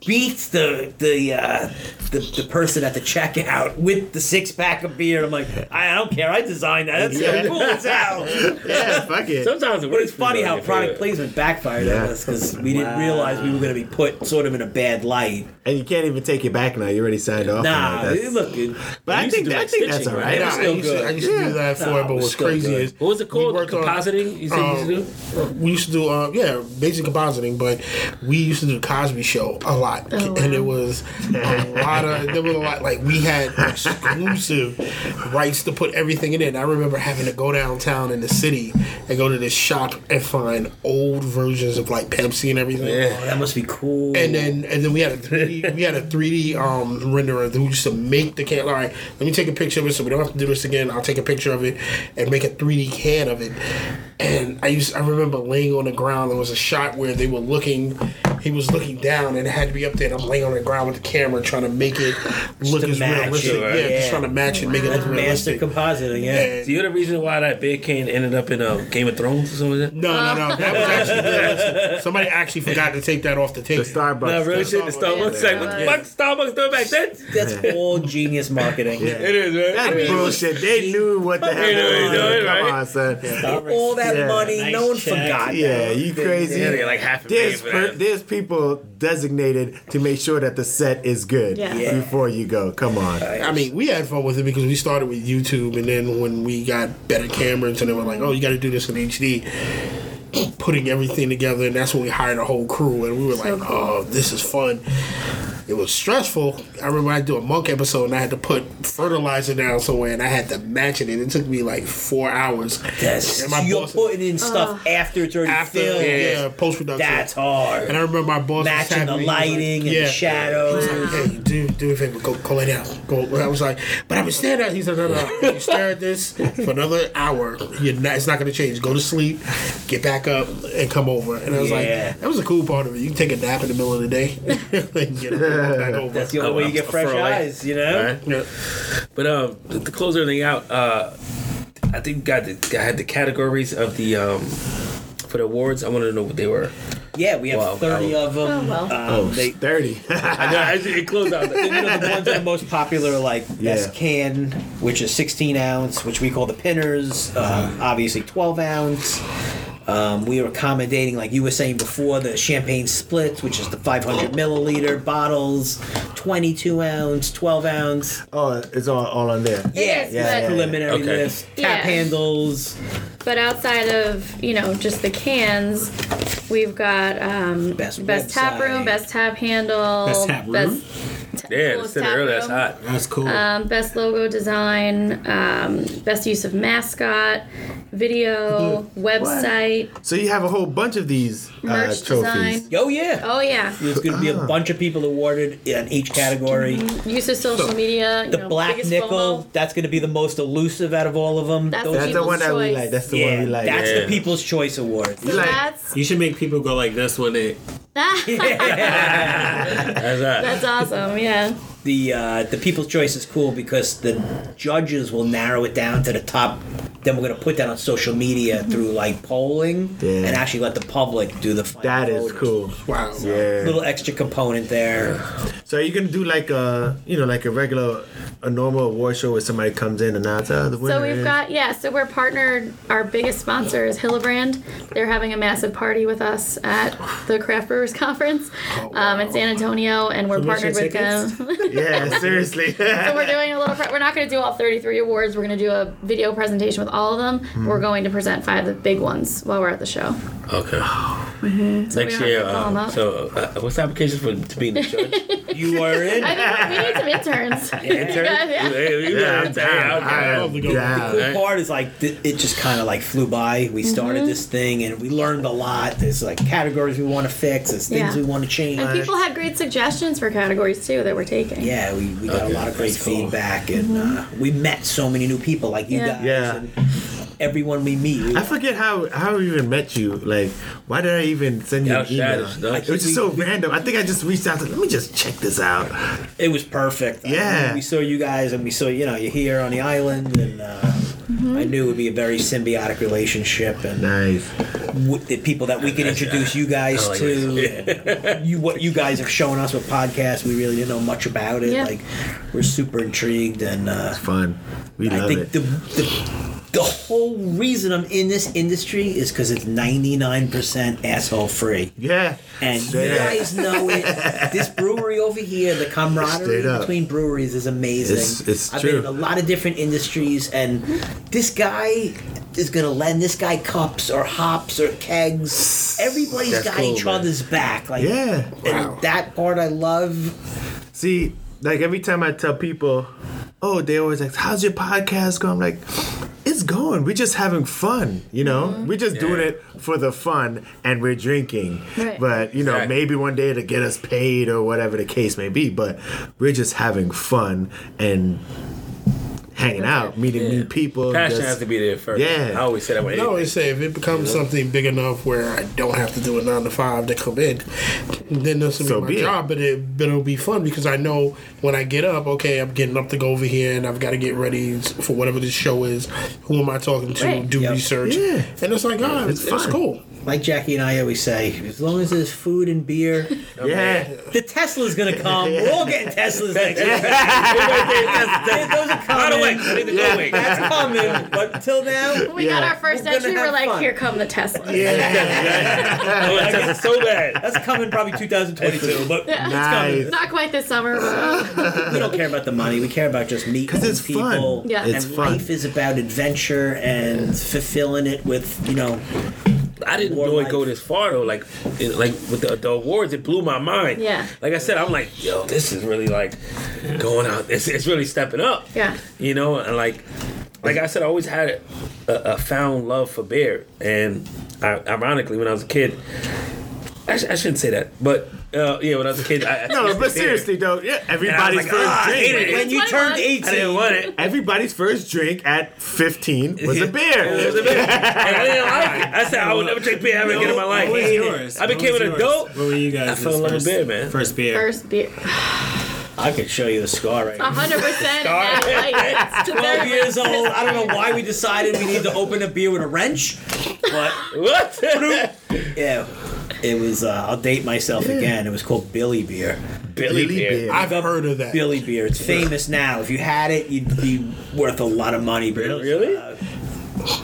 Speaker 2: beats the the uh the, the person at the checkout with the six pack of beer. I'm like, I, I don't care. I designed that. That's yeah. cool. It's out.
Speaker 3: Yeah, fuck it.
Speaker 1: Sometimes it
Speaker 2: But
Speaker 1: works
Speaker 2: it's
Speaker 1: for
Speaker 2: funny
Speaker 1: you,
Speaker 2: how
Speaker 1: like,
Speaker 2: product
Speaker 1: yeah.
Speaker 2: placement backfired on
Speaker 3: Yeah.
Speaker 2: us because we didn't realize we were going to be put sort of in a bad light.
Speaker 3: And you can't even take it back now. You already signed off. on
Speaker 2: Nah,
Speaker 3: it.
Speaker 2: it
Speaker 3: That's-
Speaker 2: looked good.
Speaker 3: but I
Speaker 1: used to
Speaker 3: think
Speaker 1: do,
Speaker 3: I
Speaker 1: like,
Speaker 3: think that's
Speaker 1: stitching,
Speaker 3: all
Speaker 1: right?
Speaker 3: right.
Speaker 6: Nah,
Speaker 1: It's still
Speaker 6: I used, to,
Speaker 1: good.
Speaker 6: I used to do that for
Speaker 2: No,
Speaker 6: it, but
Speaker 2: it was
Speaker 6: what's
Speaker 2: still
Speaker 6: crazy
Speaker 2: good.
Speaker 6: is
Speaker 1: What was it called?
Speaker 6: We worked on- Oh.
Speaker 1: Compositing? You said you used to do?
Speaker 6: we used to do, uh, yeah, basic compositing, but we used to do the Cosby Show a lot,
Speaker 4: Oh,
Speaker 6: and it
Speaker 4: wow.
Speaker 6: was a lot of there was a lot like we had exclusive rights to put everything in it. And I remember having to go downtown in the city and go to this shop and find old versions of like Pepsi and everything.
Speaker 2: Oh, that must be cool.
Speaker 6: And then and then we had a 3D, we had a 3D um, renderer who used to make the can. All right, let me take a picture of it so we don't have to do this again. I'll take a picture of it and make a 3D can of it. And I used I remember laying on the ground. There was a shot where they were looking. He was looking down and it had to be up there. And I'm laying on the ground with the camera trying to make make it look
Speaker 2: to
Speaker 6: as
Speaker 2: match
Speaker 6: realistic.
Speaker 2: it,
Speaker 6: yeah,
Speaker 2: yeah.
Speaker 6: just trying to match it, make
Speaker 3: [LAUGHS]
Speaker 6: it look
Speaker 2: Master
Speaker 6: realistic.
Speaker 2: compositing, yeah.
Speaker 6: And-
Speaker 1: See, you're the reason why that bear cane ended up in uh, Game of Thrones or something like that?
Speaker 6: no, no, no. That was actually
Speaker 2: [LAUGHS]
Speaker 6: realistic. Somebody actually forgot to take that off the
Speaker 3: The
Speaker 6: table.
Speaker 3: Starbucks.
Speaker 1: No, real shit. The Starbucks, like, what the fuck Starbucks doing back then?
Speaker 2: That's all genius marketing.
Speaker 1: It is, man.
Speaker 3: That bullshit. They knew
Speaker 1: [LAUGHS]
Speaker 3: what the hell
Speaker 1: They knew
Speaker 3: they
Speaker 1: what they
Speaker 3: were doing.
Speaker 1: doing,
Speaker 3: Come
Speaker 1: right?
Speaker 3: on, son.
Speaker 2: All that
Speaker 3: Yeah.
Speaker 2: money,
Speaker 5: Nice
Speaker 2: no one
Speaker 5: check.
Speaker 2: forgot.
Speaker 3: Yeah, you crazy.
Speaker 1: Yeah, they get like half a
Speaker 3: there's,
Speaker 1: million for
Speaker 3: per-
Speaker 1: that.
Speaker 3: there's people designated to make sure that the set is good
Speaker 4: Yeah.
Speaker 2: Yeah.
Speaker 3: before you go. Come on.
Speaker 6: I mean, we had fun with it because we started with YouTube, and then when we got better cameras, and they were like, "Oh, you got to do this in HD," [CLEARS THROAT] putting everything together, and that's when we hired a whole crew, and we were like, "Oh, this is fun." It was stressful. I remember I do a monk episode, and I had to put fertilizer down somewhere, and I had to match it, and it took me like four hours.
Speaker 2: Yes.
Speaker 6: and my
Speaker 2: You're
Speaker 6: boss
Speaker 2: putting in stuff after it's already
Speaker 6: after
Speaker 2: filmed.
Speaker 6: yeah, post production.
Speaker 2: That's hard.
Speaker 6: And I remember my boss was
Speaker 2: Matching the
Speaker 6: happy. He was like,
Speaker 2: lighting and
Speaker 6: "Yeah."
Speaker 2: the shadows.
Speaker 6: He was like, Hey, do do a favor, go call it out. Go. I was like, but I've been staring at. it." He said, no, no. If you stare at this for another hour, you're not, it's not going to change. Go to sleep, get back up, and come over. And I was
Speaker 2: Yeah.
Speaker 6: like, that was a cool part of it. You can take a nap in the middle of the day, [LAUGHS] and get up, and back over.
Speaker 2: That's the only
Speaker 1: Oh,
Speaker 2: way you
Speaker 1: I'm
Speaker 2: get fresh
Speaker 1: furrowed.
Speaker 2: eyes, you know?
Speaker 1: Alright.
Speaker 6: Yeah.
Speaker 1: But um, to, to close everything out, uh, I think we got the I had the categories of the um for the awards. I wanted to know what they were.
Speaker 2: Yeah, we have
Speaker 1: Wow,
Speaker 2: 30
Speaker 1: wow.
Speaker 2: of them.
Speaker 4: Oh, well.
Speaker 2: Um,
Speaker 3: oh,
Speaker 2: they,
Speaker 3: 30.
Speaker 1: I know. I, it closed [LAUGHS] out.
Speaker 2: you know, the ones that are most popular, are like
Speaker 3: Yeah.
Speaker 2: best can, which is 16 ounce, which we call the pinners, um, obviously 12 ounce. Um, we are accommodating, like you were saying before, the champagne splits, which is the 500 milliliter bottles, 22 ounce, 12 ounce.
Speaker 3: oh, it's [LAUGHS] all, all on there.
Speaker 4: Yes,
Speaker 2: yeah,
Speaker 4: but-
Speaker 2: preliminary
Speaker 1: Okay.
Speaker 2: list, tap
Speaker 4: Yeah.
Speaker 2: handles,
Speaker 4: But outside of you know just the cans, we've got um,
Speaker 2: Best
Speaker 4: tap
Speaker 2: website.
Speaker 4: room, best tap handle,
Speaker 5: Best tap room?
Speaker 4: ta-
Speaker 1: Yeah,
Speaker 4: coolest
Speaker 1: it's in
Speaker 4: tap
Speaker 1: early. That's
Speaker 4: room,
Speaker 1: hot.
Speaker 5: That's cool.
Speaker 4: Um, best logo design, um, best use of mascot, video, website,
Speaker 3: So you have a whole bunch of these Mm-hmm. uh,
Speaker 4: merch
Speaker 3: trophies.
Speaker 4: design.
Speaker 2: oh yeah.
Speaker 4: Oh yeah,
Speaker 2: There's going to be a bunch of people awarded in each category.
Speaker 4: use of social media. You
Speaker 2: The
Speaker 4: know,
Speaker 2: black
Speaker 4: biggest
Speaker 2: nickel,
Speaker 4: FOMO.
Speaker 2: that's going to be the most elusive out of all of them.
Speaker 4: That's
Speaker 2: Those
Speaker 3: That's the
Speaker 4: People's
Speaker 3: one that we
Speaker 4: choice.
Speaker 3: like. That's the
Speaker 2: yeah,
Speaker 3: one we like.
Speaker 2: that's the
Speaker 1: Yeah.
Speaker 2: People's Choice Award.
Speaker 4: So
Speaker 3: like-
Speaker 4: that's [LAUGHS]
Speaker 5: you should make people go like this when they.
Speaker 1: That's hot.
Speaker 4: that's awesome. Yeah,
Speaker 2: The uh, the People's Choice is cool because the judges will narrow it down to the top. Then we're going to put that on social media through like polling
Speaker 3: Yeah.
Speaker 2: and actually let the public do the. Final
Speaker 3: That is
Speaker 2: voting.
Speaker 3: cool.
Speaker 6: Wow.
Speaker 3: Yeah.
Speaker 2: Little extra component
Speaker 4: [LAUGHS]
Speaker 2: there.
Speaker 3: So are you gonna do like a you know like a regular a normal award show where somebody comes in and that's uh, the winner.
Speaker 4: So we've
Speaker 3: is-
Speaker 4: got yeah. So we're partnered. Our biggest sponsor is Hillebrand. They're having a massive party with us at the Craft Brewers Conference
Speaker 3: Oh,
Speaker 4: um, in San Antonio, and we're
Speaker 5: Promotion
Speaker 4: partnered with them.
Speaker 5: tickets?
Speaker 4: so
Speaker 3: [LAUGHS] yeah, seriously.
Speaker 4: we're doing a little. Pre- we're not going to do all 33 awards. We're going to do a video presentation with all of them. We're going to present five of the big ones while we're at the show.
Speaker 1: Okay. Next
Speaker 4: Oh, we don't
Speaker 1: year.
Speaker 4: have to call
Speaker 1: um,
Speaker 4: 'em up.
Speaker 1: so, uh, what's the application for to be the
Speaker 4: [LAUGHS]
Speaker 1: judge?
Speaker 2: You are in.
Speaker 4: I think we need some interns.
Speaker 1: Intern?
Speaker 4: [LAUGHS] Yeah, yeah.
Speaker 1: Hey, you
Speaker 3: yeah,
Speaker 1: got
Speaker 3: I'm
Speaker 1: an
Speaker 3: down.
Speaker 1: intern.
Speaker 3: I
Speaker 1: Okay.
Speaker 3: am
Speaker 6: love to go.
Speaker 3: down.
Speaker 2: cool
Speaker 1: Alright.
Speaker 2: part is like th- it just kind of like flew by.
Speaker 4: Mm-hmm.
Speaker 2: We started this thing and we learned a lot. There's like categories we want to fix. There's things
Speaker 4: Yeah.
Speaker 2: we want to change.
Speaker 4: And people had great suggestions for categories too that we're taking.
Speaker 2: yeah, we, we got
Speaker 1: Okay,
Speaker 2: a lot of great
Speaker 1: that's cool.
Speaker 2: feedback and uh, we met so many new people like you
Speaker 4: Mm-hmm. Yeah.
Speaker 2: guys.
Speaker 3: Yeah.
Speaker 2: And everyone we meet. we-
Speaker 3: I forget how how I even met you. Like, why did I even send you
Speaker 1: Y'all
Speaker 3: an email?
Speaker 1: shadows, dog.
Speaker 3: It was just so random. I think I just reached out to. Let me just check this out.
Speaker 2: it was perfect. I
Speaker 3: Yeah.
Speaker 2: mean, we saw you guys and we saw, you know, you're here on the island and. Uh,
Speaker 4: Mm-hmm.
Speaker 2: I knew it would be a very symbiotic relationship, and
Speaker 3: Nice.
Speaker 2: w- the people that we could introduce you guys
Speaker 1: I
Speaker 3: Oh,
Speaker 1: like
Speaker 2: to. and [LAUGHS] you what you guys have shown us with podcasts, we really didn't know much about it.
Speaker 4: Yeah.
Speaker 2: Like we're super intrigued, and uh,
Speaker 3: Fun. We
Speaker 2: I
Speaker 3: love
Speaker 2: think
Speaker 3: it.
Speaker 2: the. the the whole reason I'm in this industry is because it's 99% asshole free.
Speaker 3: yeah.
Speaker 2: And
Speaker 3: Straight
Speaker 2: you
Speaker 3: up.
Speaker 2: guys know it. This brewery over here, the camaraderie
Speaker 3: Straight up.
Speaker 2: between breweries is amazing.
Speaker 3: It's- it's
Speaker 2: I've
Speaker 3: true.
Speaker 2: been in a lot of different industries, and this guy is gonna lend this guy cups or hops or kegs. Everybody's
Speaker 3: That's
Speaker 2: got
Speaker 3: cool,
Speaker 2: each
Speaker 3: man.
Speaker 2: other's back. Like,
Speaker 3: Yeah.
Speaker 2: and
Speaker 6: Wow.
Speaker 2: that part I love.
Speaker 3: See, like every time I tell people, oh, they always like, how's your podcast going? I'm like, it's going. We're just having fun, you know?
Speaker 4: Mm-hmm.
Speaker 3: We're just doing
Speaker 1: Yeah.
Speaker 3: it for the fun and we're drinking.
Speaker 4: Right.
Speaker 3: But, you know,
Speaker 1: Exactly.
Speaker 3: maybe one day to get us paid or whatever the case may be, but we're just having fun and hanging out, meeting new people.
Speaker 1: Passion
Speaker 3: just-
Speaker 1: has to be there first.
Speaker 3: Yeah.
Speaker 1: I always say that when
Speaker 6: I always say if it becomes something big enough where I don't have to do a nine to five to come in, then this will
Speaker 3: So
Speaker 6: be my
Speaker 3: be it.
Speaker 6: job. But it but it'll be fun because I know when I get up, okay, I'm getting up to go over here and I've got to get ready for whatever this show is. Who am I talking to?
Speaker 4: Right.
Speaker 6: Do
Speaker 2: Yep.
Speaker 6: research,
Speaker 3: Yeah.
Speaker 6: and it's like, ah, it's, it's
Speaker 3: fun.
Speaker 6: cool.
Speaker 2: Like Jackie and I always say, as long as there's food and beer,
Speaker 3: Yeah.
Speaker 2: the Tesla's gonna come. We're all getting
Speaker 3: [LAUGHS]
Speaker 2: Teslas next year. Those are
Speaker 1: By the way,
Speaker 2: coming.
Speaker 1: I need to go
Speaker 3: Yeah.
Speaker 1: away.
Speaker 2: That's coming. But till now,
Speaker 4: we got
Speaker 3: Yeah.
Speaker 4: our first
Speaker 2: We're gonna
Speaker 4: entry. We're
Speaker 2: have
Speaker 4: like,
Speaker 2: fun.
Speaker 4: here come the Tesla.
Speaker 1: I want to test it [LAUGHS] so bad.
Speaker 2: that's coming probably
Speaker 3: [LAUGHS]
Speaker 2: 2022. But
Speaker 3: Nice.
Speaker 4: [LAUGHS] Not quite this summer, but
Speaker 2: we don't care about the money. We care about just meeting
Speaker 3: 'Cause it's
Speaker 2: people.
Speaker 3: fun.
Speaker 4: Yeah.
Speaker 3: It's
Speaker 2: and
Speaker 3: fun.
Speaker 2: life is about adventure and fulfilling it with you know.
Speaker 1: I didn't
Speaker 2: More
Speaker 1: know it
Speaker 2: life.
Speaker 1: go this far though. Like, it, like with the, the awards, it blew my mind.
Speaker 4: Yeah.
Speaker 1: Like I said, I'm like, yo, this is really like going out. It's, it's really stepping up.
Speaker 4: Yeah.
Speaker 1: You know, and like, like I said, I always had a, a found love for beer, and I, ironically, when I was a kid, I, sh- I shouldn't say that, but uh, yeah, when I was a kid, I, I
Speaker 3: No,
Speaker 1: tasted beer.
Speaker 3: but seriously though, yeah,
Speaker 1: And I
Speaker 3: everybody's
Speaker 1: was like,
Speaker 3: first
Speaker 1: "Ah, I
Speaker 3: drink.
Speaker 1: hate it.
Speaker 2: When you
Speaker 4: 21.
Speaker 2: turned 18,
Speaker 1: I didn't want it.
Speaker 3: Everybody's first drink at 15 was
Speaker 1: [LAUGHS]
Speaker 3: a
Speaker 1: It was
Speaker 3: beer.
Speaker 1: a beer. And I didn't like it. I said I would never drink beer ever again in my life.
Speaker 5: What was yours?
Speaker 1: Oh, I became
Speaker 5: What was
Speaker 1: an
Speaker 5: yours?
Speaker 1: adult. [LAUGHS]
Speaker 5: What were you guys?
Speaker 1: I fell in love with beer, man.
Speaker 5: First beer.
Speaker 4: first beer.
Speaker 2: I could show you the scar
Speaker 4: [LAUGHS]
Speaker 2: right now.
Speaker 4: 100% that light.
Speaker 2: 12 years old. I don't know why we decided we need to open a beer with a wrench, but
Speaker 1: What?
Speaker 2: yeah, it was. Uh, I'll date myself again. It was called Billy Beer.
Speaker 1: Billy beer.
Speaker 6: I've heard of that.
Speaker 2: Billy Beer. It's famous now. If you had it, you'd be worth a lot of money. But it was,
Speaker 1: Really?
Speaker 2: uh,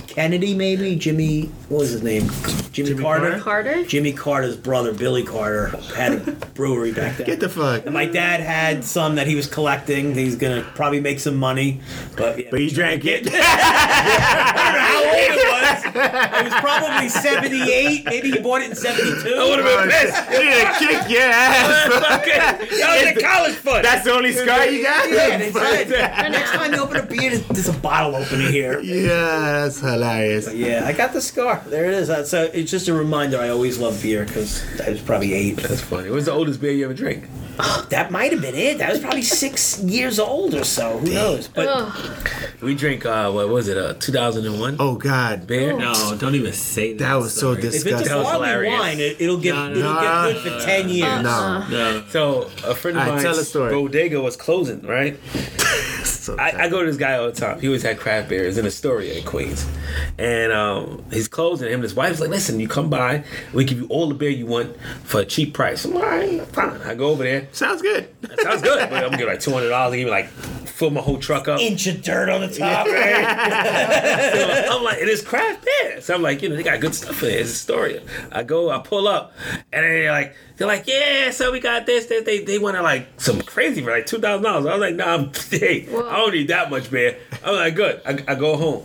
Speaker 2: Kennedy, maybe Jimmy. What was his name? Jimmy, Carter.
Speaker 4: Carter?
Speaker 2: Jimmy Carter's brother, Billy Carter, had a brewery back then.
Speaker 3: Get the fuck.
Speaker 2: My dad had some that he was collecting. He's gonna probably make some money, but yeah.
Speaker 3: But you drank it. [LAUGHS]
Speaker 2: how old it was. It was probably 78. Maybe he bought it in 72.
Speaker 1: I would have
Speaker 2: [LAUGHS]
Speaker 3: [LAUGHS]
Speaker 1: been pissed.
Speaker 3: yeah, kick your ass. [LAUGHS]
Speaker 1: Fucking- That was in college fun.
Speaker 3: That's the only scar you got?
Speaker 2: Yeah, they said, [LAUGHS]
Speaker 4: For
Speaker 2: Next
Speaker 4: now.
Speaker 2: time you open a beer, there's- there's a bottle opener here.
Speaker 3: Yeah, that's hilarious.
Speaker 2: Yeah, I got the scar. There it is. Uh, So it's just a reminder. I always love beer because I was probably eight.
Speaker 1: That's funny. What's the oldest beer you ever drank?
Speaker 2: That might have been it. That was probably six years old or so. Who knows? But
Speaker 4: Ugh.
Speaker 1: We drank, uh, what was it, uh, 2001
Speaker 3: Oh God,
Speaker 1: beer?
Speaker 5: No, don't even say that.
Speaker 3: that was so
Speaker 5: Sorry.
Speaker 2: if it's
Speaker 3: disgusting.
Speaker 2: a
Speaker 1: was
Speaker 2: barley
Speaker 1: hilarious. Uh,
Speaker 2: wine, it, it'll get
Speaker 5: No, no,
Speaker 2: it'll
Speaker 3: no.
Speaker 2: get good for ten years.
Speaker 3: no,
Speaker 5: No.
Speaker 1: So, a friend of
Speaker 3: All right,
Speaker 1: mine's
Speaker 3: tell the story.
Speaker 1: bodega was closing, right?
Speaker 3: [LAUGHS] So
Speaker 1: I, I go to this guy all the time. He always had craft beers in Astoria in Queens. And um, he's closing. Him and his wife's like, listen, you come by, we give you all the beer you want for a cheap price. I'm like, all right, fine. I go over there.
Speaker 3: sounds good.
Speaker 1: Sounds good. But I'm gonna get like two hundred dollars. Give me like fill my whole truck up.
Speaker 2: Inch of dirt on
Speaker 1: [LAUGHS]
Speaker 2: the top.
Speaker 1: So I'm like, and it's craft beer. So I'm like, you know, they got good stuff in there. It's Astoria. I go, I pull up, and they're like, they're like, yeah. So we got this. this. They they want to like some crazy for like two thousand dollars. I was like, nah, I'm, [LAUGHS] hey, I don't need that much beer. I'm like, good. I, I go home.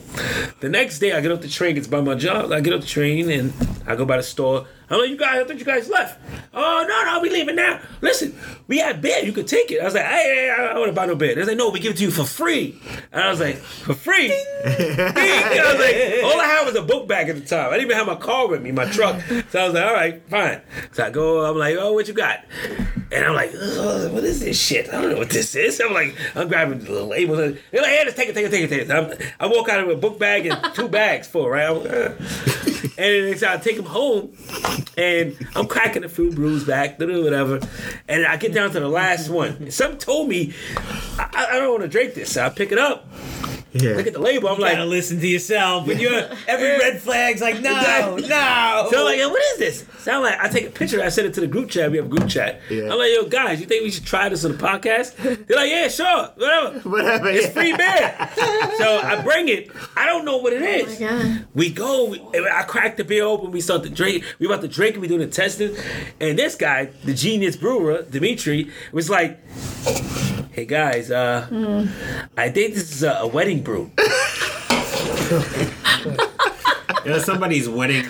Speaker 1: The next day, I get off the train. It's by my job. I get off the train and I go by the store. I'm like, you guys, I thought you guys left. Oh no, no, we leaving now. Listen, we had beer. You could take it. I was like, hey, I don't want to buy no beer. They like, no, we give it to you for free. And I was like, for free. [LAUGHS] I was like, all I had was a book bag at the time. I didn't even have my car with me, my truck. So I was like, all right, fine. So I go, I'm like, oh, what you got? And I'm like, "Ugh, what is this shit? I don't know what this is. I'm like, I'm grabbing the labels. They're like, hey, just take it, take it, take it, take it. So I'm, I walk out with a book bag and two bags full, right? I'm, uh. and then so I take them home, and I'm cracking a few brews back, da-da, whatever. And I get down to the last one. Some told me, I, I- I don't want to drink this. So I pick it up. Look
Speaker 3: Yeah,
Speaker 1: at the label. I'm
Speaker 2: You
Speaker 1: like,
Speaker 2: gotta listen to yourself. When you're every red flag's like, [LAUGHS] no, no.
Speaker 1: So I'm like, yo, what is this? So I'm like, I take a picture, I send it to the group chat. We have a group chat.
Speaker 3: Yeah.
Speaker 1: I'm like, yo, guys, you think we should try this on the podcast? They're like, yeah, sure, whatever.
Speaker 3: [LAUGHS] whatever.
Speaker 1: It's
Speaker 3: yeah.
Speaker 1: free beer.
Speaker 3: [LAUGHS]
Speaker 1: so I bring it. I don't know what it is.
Speaker 4: God.
Speaker 1: We go. We, I crack the beer open. We start to drink. We about to drink. We doing the testing, and this guy, the genius brewer, Dimitri, was like, "Hey guys, uh, I think this is a, a wedding brew."
Speaker 5: It was somebody's wedding.
Speaker 1: what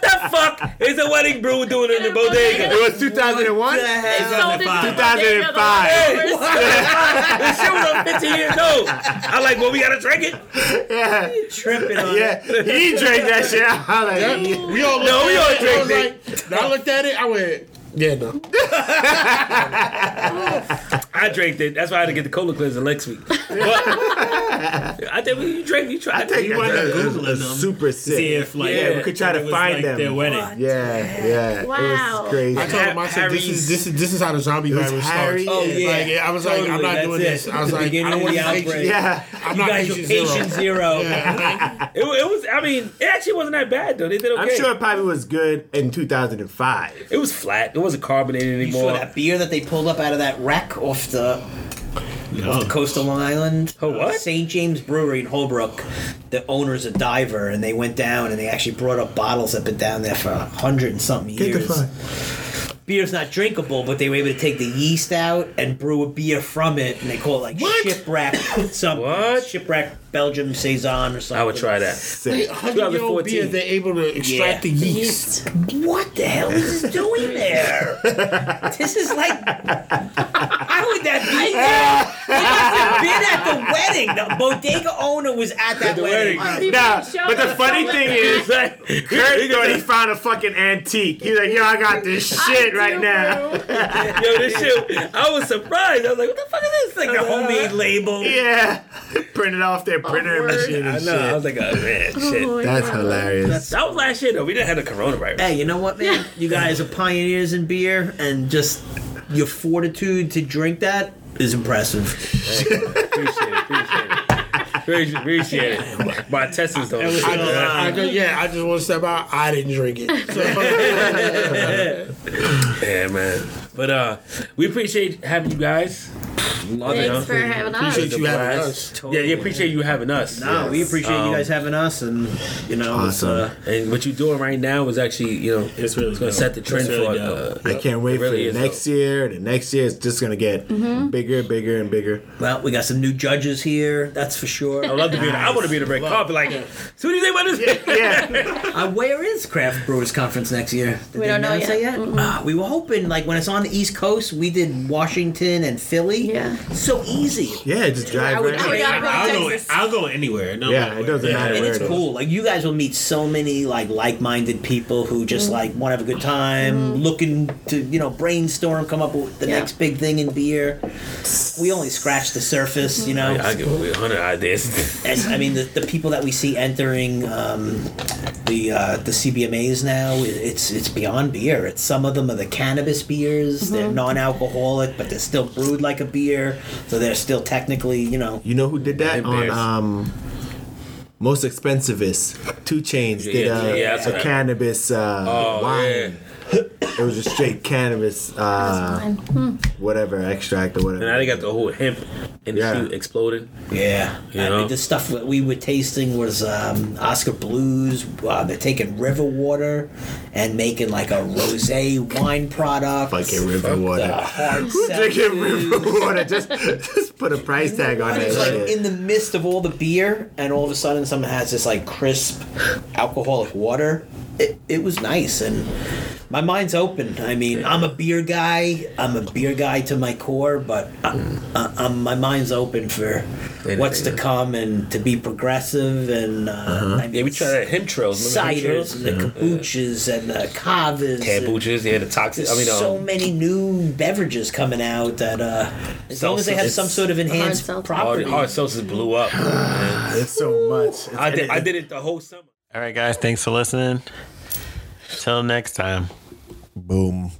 Speaker 1: the fuck is a wedding brew doing in the bodega?
Speaker 3: It was 2001.
Speaker 2: What the hell?
Speaker 4: Sold it to
Speaker 3: 2005.
Speaker 4: the other one.
Speaker 1: this shit was on 15 years old. I like, well, we gotta drink it.
Speaker 3: Yeah,
Speaker 2: tripping on
Speaker 3: yeah. He drank that shit. I was like,
Speaker 6: We all
Speaker 1: No,
Speaker 6: looked
Speaker 1: we
Speaker 6: at
Speaker 1: all
Speaker 6: it,
Speaker 1: drink
Speaker 6: I was like, I looked at it. I went, Yeah, no.
Speaker 1: I drank it. That's why I had to get the cola cleanser next week. But I think when you drink, you try.
Speaker 3: I think
Speaker 1: you
Speaker 3: I
Speaker 1: wanna-
Speaker 3: did a-
Speaker 5: Googling
Speaker 3: a
Speaker 5: them.
Speaker 3: super sick.
Speaker 5: See if like
Speaker 3: yeah, we
Speaker 5: if
Speaker 3: could try
Speaker 5: it
Speaker 3: to
Speaker 5: was,
Speaker 3: find
Speaker 5: like,
Speaker 3: them.
Speaker 5: Their wedding.
Speaker 3: Yeah, yeah. It
Speaker 4: Wow.
Speaker 3: was crazy.
Speaker 6: I told him I said this is this is this is how the zombie
Speaker 3: was
Speaker 6: virus starts.
Speaker 3: Harry. Oh,
Speaker 6: Like,
Speaker 5: yeah.
Speaker 6: I was like, I'm
Speaker 5: Totally,
Speaker 6: not
Speaker 5: that's
Speaker 6: doing
Speaker 5: it.
Speaker 6: this. I was
Speaker 5: The
Speaker 6: like, I
Speaker 5: beginning
Speaker 6: don't
Speaker 5: of
Speaker 6: want
Speaker 5: the
Speaker 6: to be patient.
Speaker 5: outbreak.
Speaker 3: yeah.
Speaker 6: I'm
Speaker 5: You
Speaker 6: not
Speaker 5: guys were
Speaker 6: patient zero.
Speaker 5: patient zero.
Speaker 1: It, wa- it was. I mean, it actually wasn't that bad though. They did okay.
Speaker 3: [LAUGHS] I'm sure it probably was good in 2005.
Speaker 1: it was flat. It wasn't carbonated
Speaker 2: You saw
Speaker 1: anymore.
Speaker 2: that beer that they pulled up out of that wreck off the off the coast of Long Island.
Speaker 1: Oh, what?
Speaker 2: St. James Brewery in Holbrook. The owner's a diver, and they went down and they actually brought up bottles that been down there for a hundred and something
Speaker 3: Get the
Speaker 2: years.
Speaker 3: fuck.
Speaker 2: Beer's not drinkable, but they were able to take the yeast out and brew a beer from it, and they call it like shipwreck some
Speaker 1: What?
Speaker 2: shipwreck Belgium saison or something.
Speaker 1: I would try that.
Speaker 2: [LAUGHS]
Speaker 3: Sick.
Speaker 6: [LAUGHS] Hundred year old
Speaker 1: 2014.
Speaker 6: beer, they're able to extract the yeast.
Speaker 2: What the hell is this doing there? this is like, how would that be? He must have been at the wedding. The bodega owner was at that
Speaker 1: the
Speaker 2: wedding.
Speaker 1: wedding.
Speaker 4: People
Speaker 3: Nah,
Speaker 4: show
Speaker 3: but the
Speaker 4: up
Speaker 3: funny
Speaker 4: so
Speaker 3: thing
Speaker 4: late.
Speaker 3: is,
Speaker 1: Like,
Speaker 3: Kurt thought he found a fucking antique. He's like, yo, I got this shit right now.
Speaker 1: yo, this shit. I was surprised. I was like, what the fuck is this? Like the homemade label.
Speaker 3: [LAUGHS] Yeah. Printed off their printer
Speaker 4: word.
Speaker 3: machine
Speaker 1: [LAUGHS] I
Speaker 3: and
Speaker 1: know. I
Speaker 3: shit.
Speaker 1: was like, oh man, shit.
Speaker 3: That's hilarious.
Speaker 1: That was last year though. We didn't have the coronavirus.
Speaker 2: Hey, you know what, man? You guys are pioneers in beer, and just your fortitude to drink that is impressive.
Speaker 1: Appreciate it. Appreciate it. Appreciate- Appreciate it. My intestines don't.
Speaker 5: was
Speaker 6: I, I, I just, yeah, I just want to step out. I didn't drink [LAUGHS] it. So,
Speaker 1: Yeah, man. But uh, we appreciate having you guys. Love you know?
Speaker 4: Thanks for having us.
Speaker 6: appreciate you having us.
Speaker 1: Yeah, yeah, appreciate you having us.
Speaker 2: No, we appreciate you guys having us, and you know,
Speaker 3: Awesome.
Speaker 2: it's, uh,
Speaker 1: And what you're doing right now is actually, you know,
Speaker 5: It's really
Speaker 1: gonna
Speaker 5: dope.
Speaker 1: set the trend
Speaker 5: It's really
Speaker 1: for. Uh,
Speaker 3: I can't wait
Speaker 1: It really
Speaker 3: for
Speaker 1: is,
Speaker 3: the next year. The next year is just gonna get bigger, bigger, and bigger.
Speaker 2: well, we got some new judges here. That's for sure.
Speaker 1: I love to be. The, I want to be the red carpet. Like, so what do you think about [LAUGHS] this?
Speaker 3: Yeah,
Speaker 2: Uh, where is Craft Brewers Conference next year? Did
Speaker 4: We
Speaker 2: they
Speaker 4: don't know
Speaker 2: announce that
Speaker 4: yet.
Speaker 2: Ah, we were hoping, like, when it's on the East Coast, we did Washington and Philly.
Speaker 4: Yeah.
Speaker 2: So easy.
Speaker 3: yeah, just drive
Speaker 2: would
Speaker 3: right.
Speaker 4: I would-
Speaker 3: in.
Speaker 4: gotta go to
Speaker 5: I'll, go,
Speaker 4: Texas.
Speaker 5: I'll go anywhere. No
Speaker 3: Yeah,
Speaker 5: matter
Speaker 3: it
Speaker 5: where.
Speaker 3: doesn't matter
Speaker 2: And
Speaker 3: where
Speaker 2: it's
Speaker 3: it is.
Speaker 2: cool. Like, you guys will meet so many, like, like-minded people who just,
Speaker 4: Mm.
Speaker 2: like, want to have a good time, looking to, you know, brainstorm, come up with the
Speaker 4: Mm-hmm. Yeah.
Speaker 2: next big thing in beer. We only scratched the surface, you know?
Speaker 1: I give away hundred ideas.
Speaker 2: As, I mean, the, the people that we see entering um, the uh, the CBMAs now, i- it's it's beyond beer. It's some of them are the cannabis beers. They're non-alcoholic, but they're still brewed like a beer, so they're still technically, you know.
Speaker 3: You know who did that on
Speaker 1: Embarrassed.
Speaker 3: um, most expensivest? Two Chains did
Speaker 1: Yeah,
Speaker 3: a,
Speaker 1: yeah, that's
Speaker 3: a
Speaker 1: what I-
Speaker 3: cannabis uh,
Speaker 1: Oh,
Speaker 3: wine. It was just straight cannabis, uh,
Speaker 4: Fine.
Speaker 3: whatever extract or
Speaker 1: And now
Speaker 3: whatever.
Speaker 1: they got the whole hemp industry
Speaker 3: Yeah.
Speaker 1: exploding.
Speaker 2: Yeah, I
Speaker 1: know?
Speaker 2: mean, the stuff that we were tasting was um, Oscar Blues. Uh, they're taking river water and making like a rosé wine product.
Speaker 3: Fucking river
Speaker 2: Uh,
Speaker 3: water.
Speaker 2: hard
Speaker 3: Drinking
Speaker 2: seltzers.
Speaker 3: river water. Just, just put a price tag on
Speaker 2: And
Speaker 3: that
Speaker 2: it's like
Speaker 3: shit.
Speaker 2: in the midst of all the beer, and all of a sudden someone has this like crisp alcoholic water. It, it was nice, and my mind's open. I mean, I'm a beer guy. I'm a beer guy to my core, but I, I, I'm, my mind's open for
Speaker 1: They know,
Speaker 2: what's
Speaker 1: they
Speaker 2: to
Speaker 1: know. Uh-huh.
Speaker 2: come and to be progressive. And uh, I mean,
Speaker 1: Yeah, we try that hemp trails. remember hemp
Speaker 2: ciders and the kombuchas and the kavas. and-
Speaker 1: Kombuchas, yeah, the toxic. I mean, um,
Speaker 2: so many new beverages coming out that uh, as long as they have
Speaker 1: Seltzers.
Speaker 2: some sort of enhanced
Speaker 4: seltzer.
Speaker 1: hard,
Speaker 2: property.
Speaker 1: hard seltzers blew up.
Speaker 3: It's so much.
Speaker 1: I did, I did it the whole summer.
Speaker 5: All right, guys. Thanks for listening. Till next time.
Speaker 3: Boom.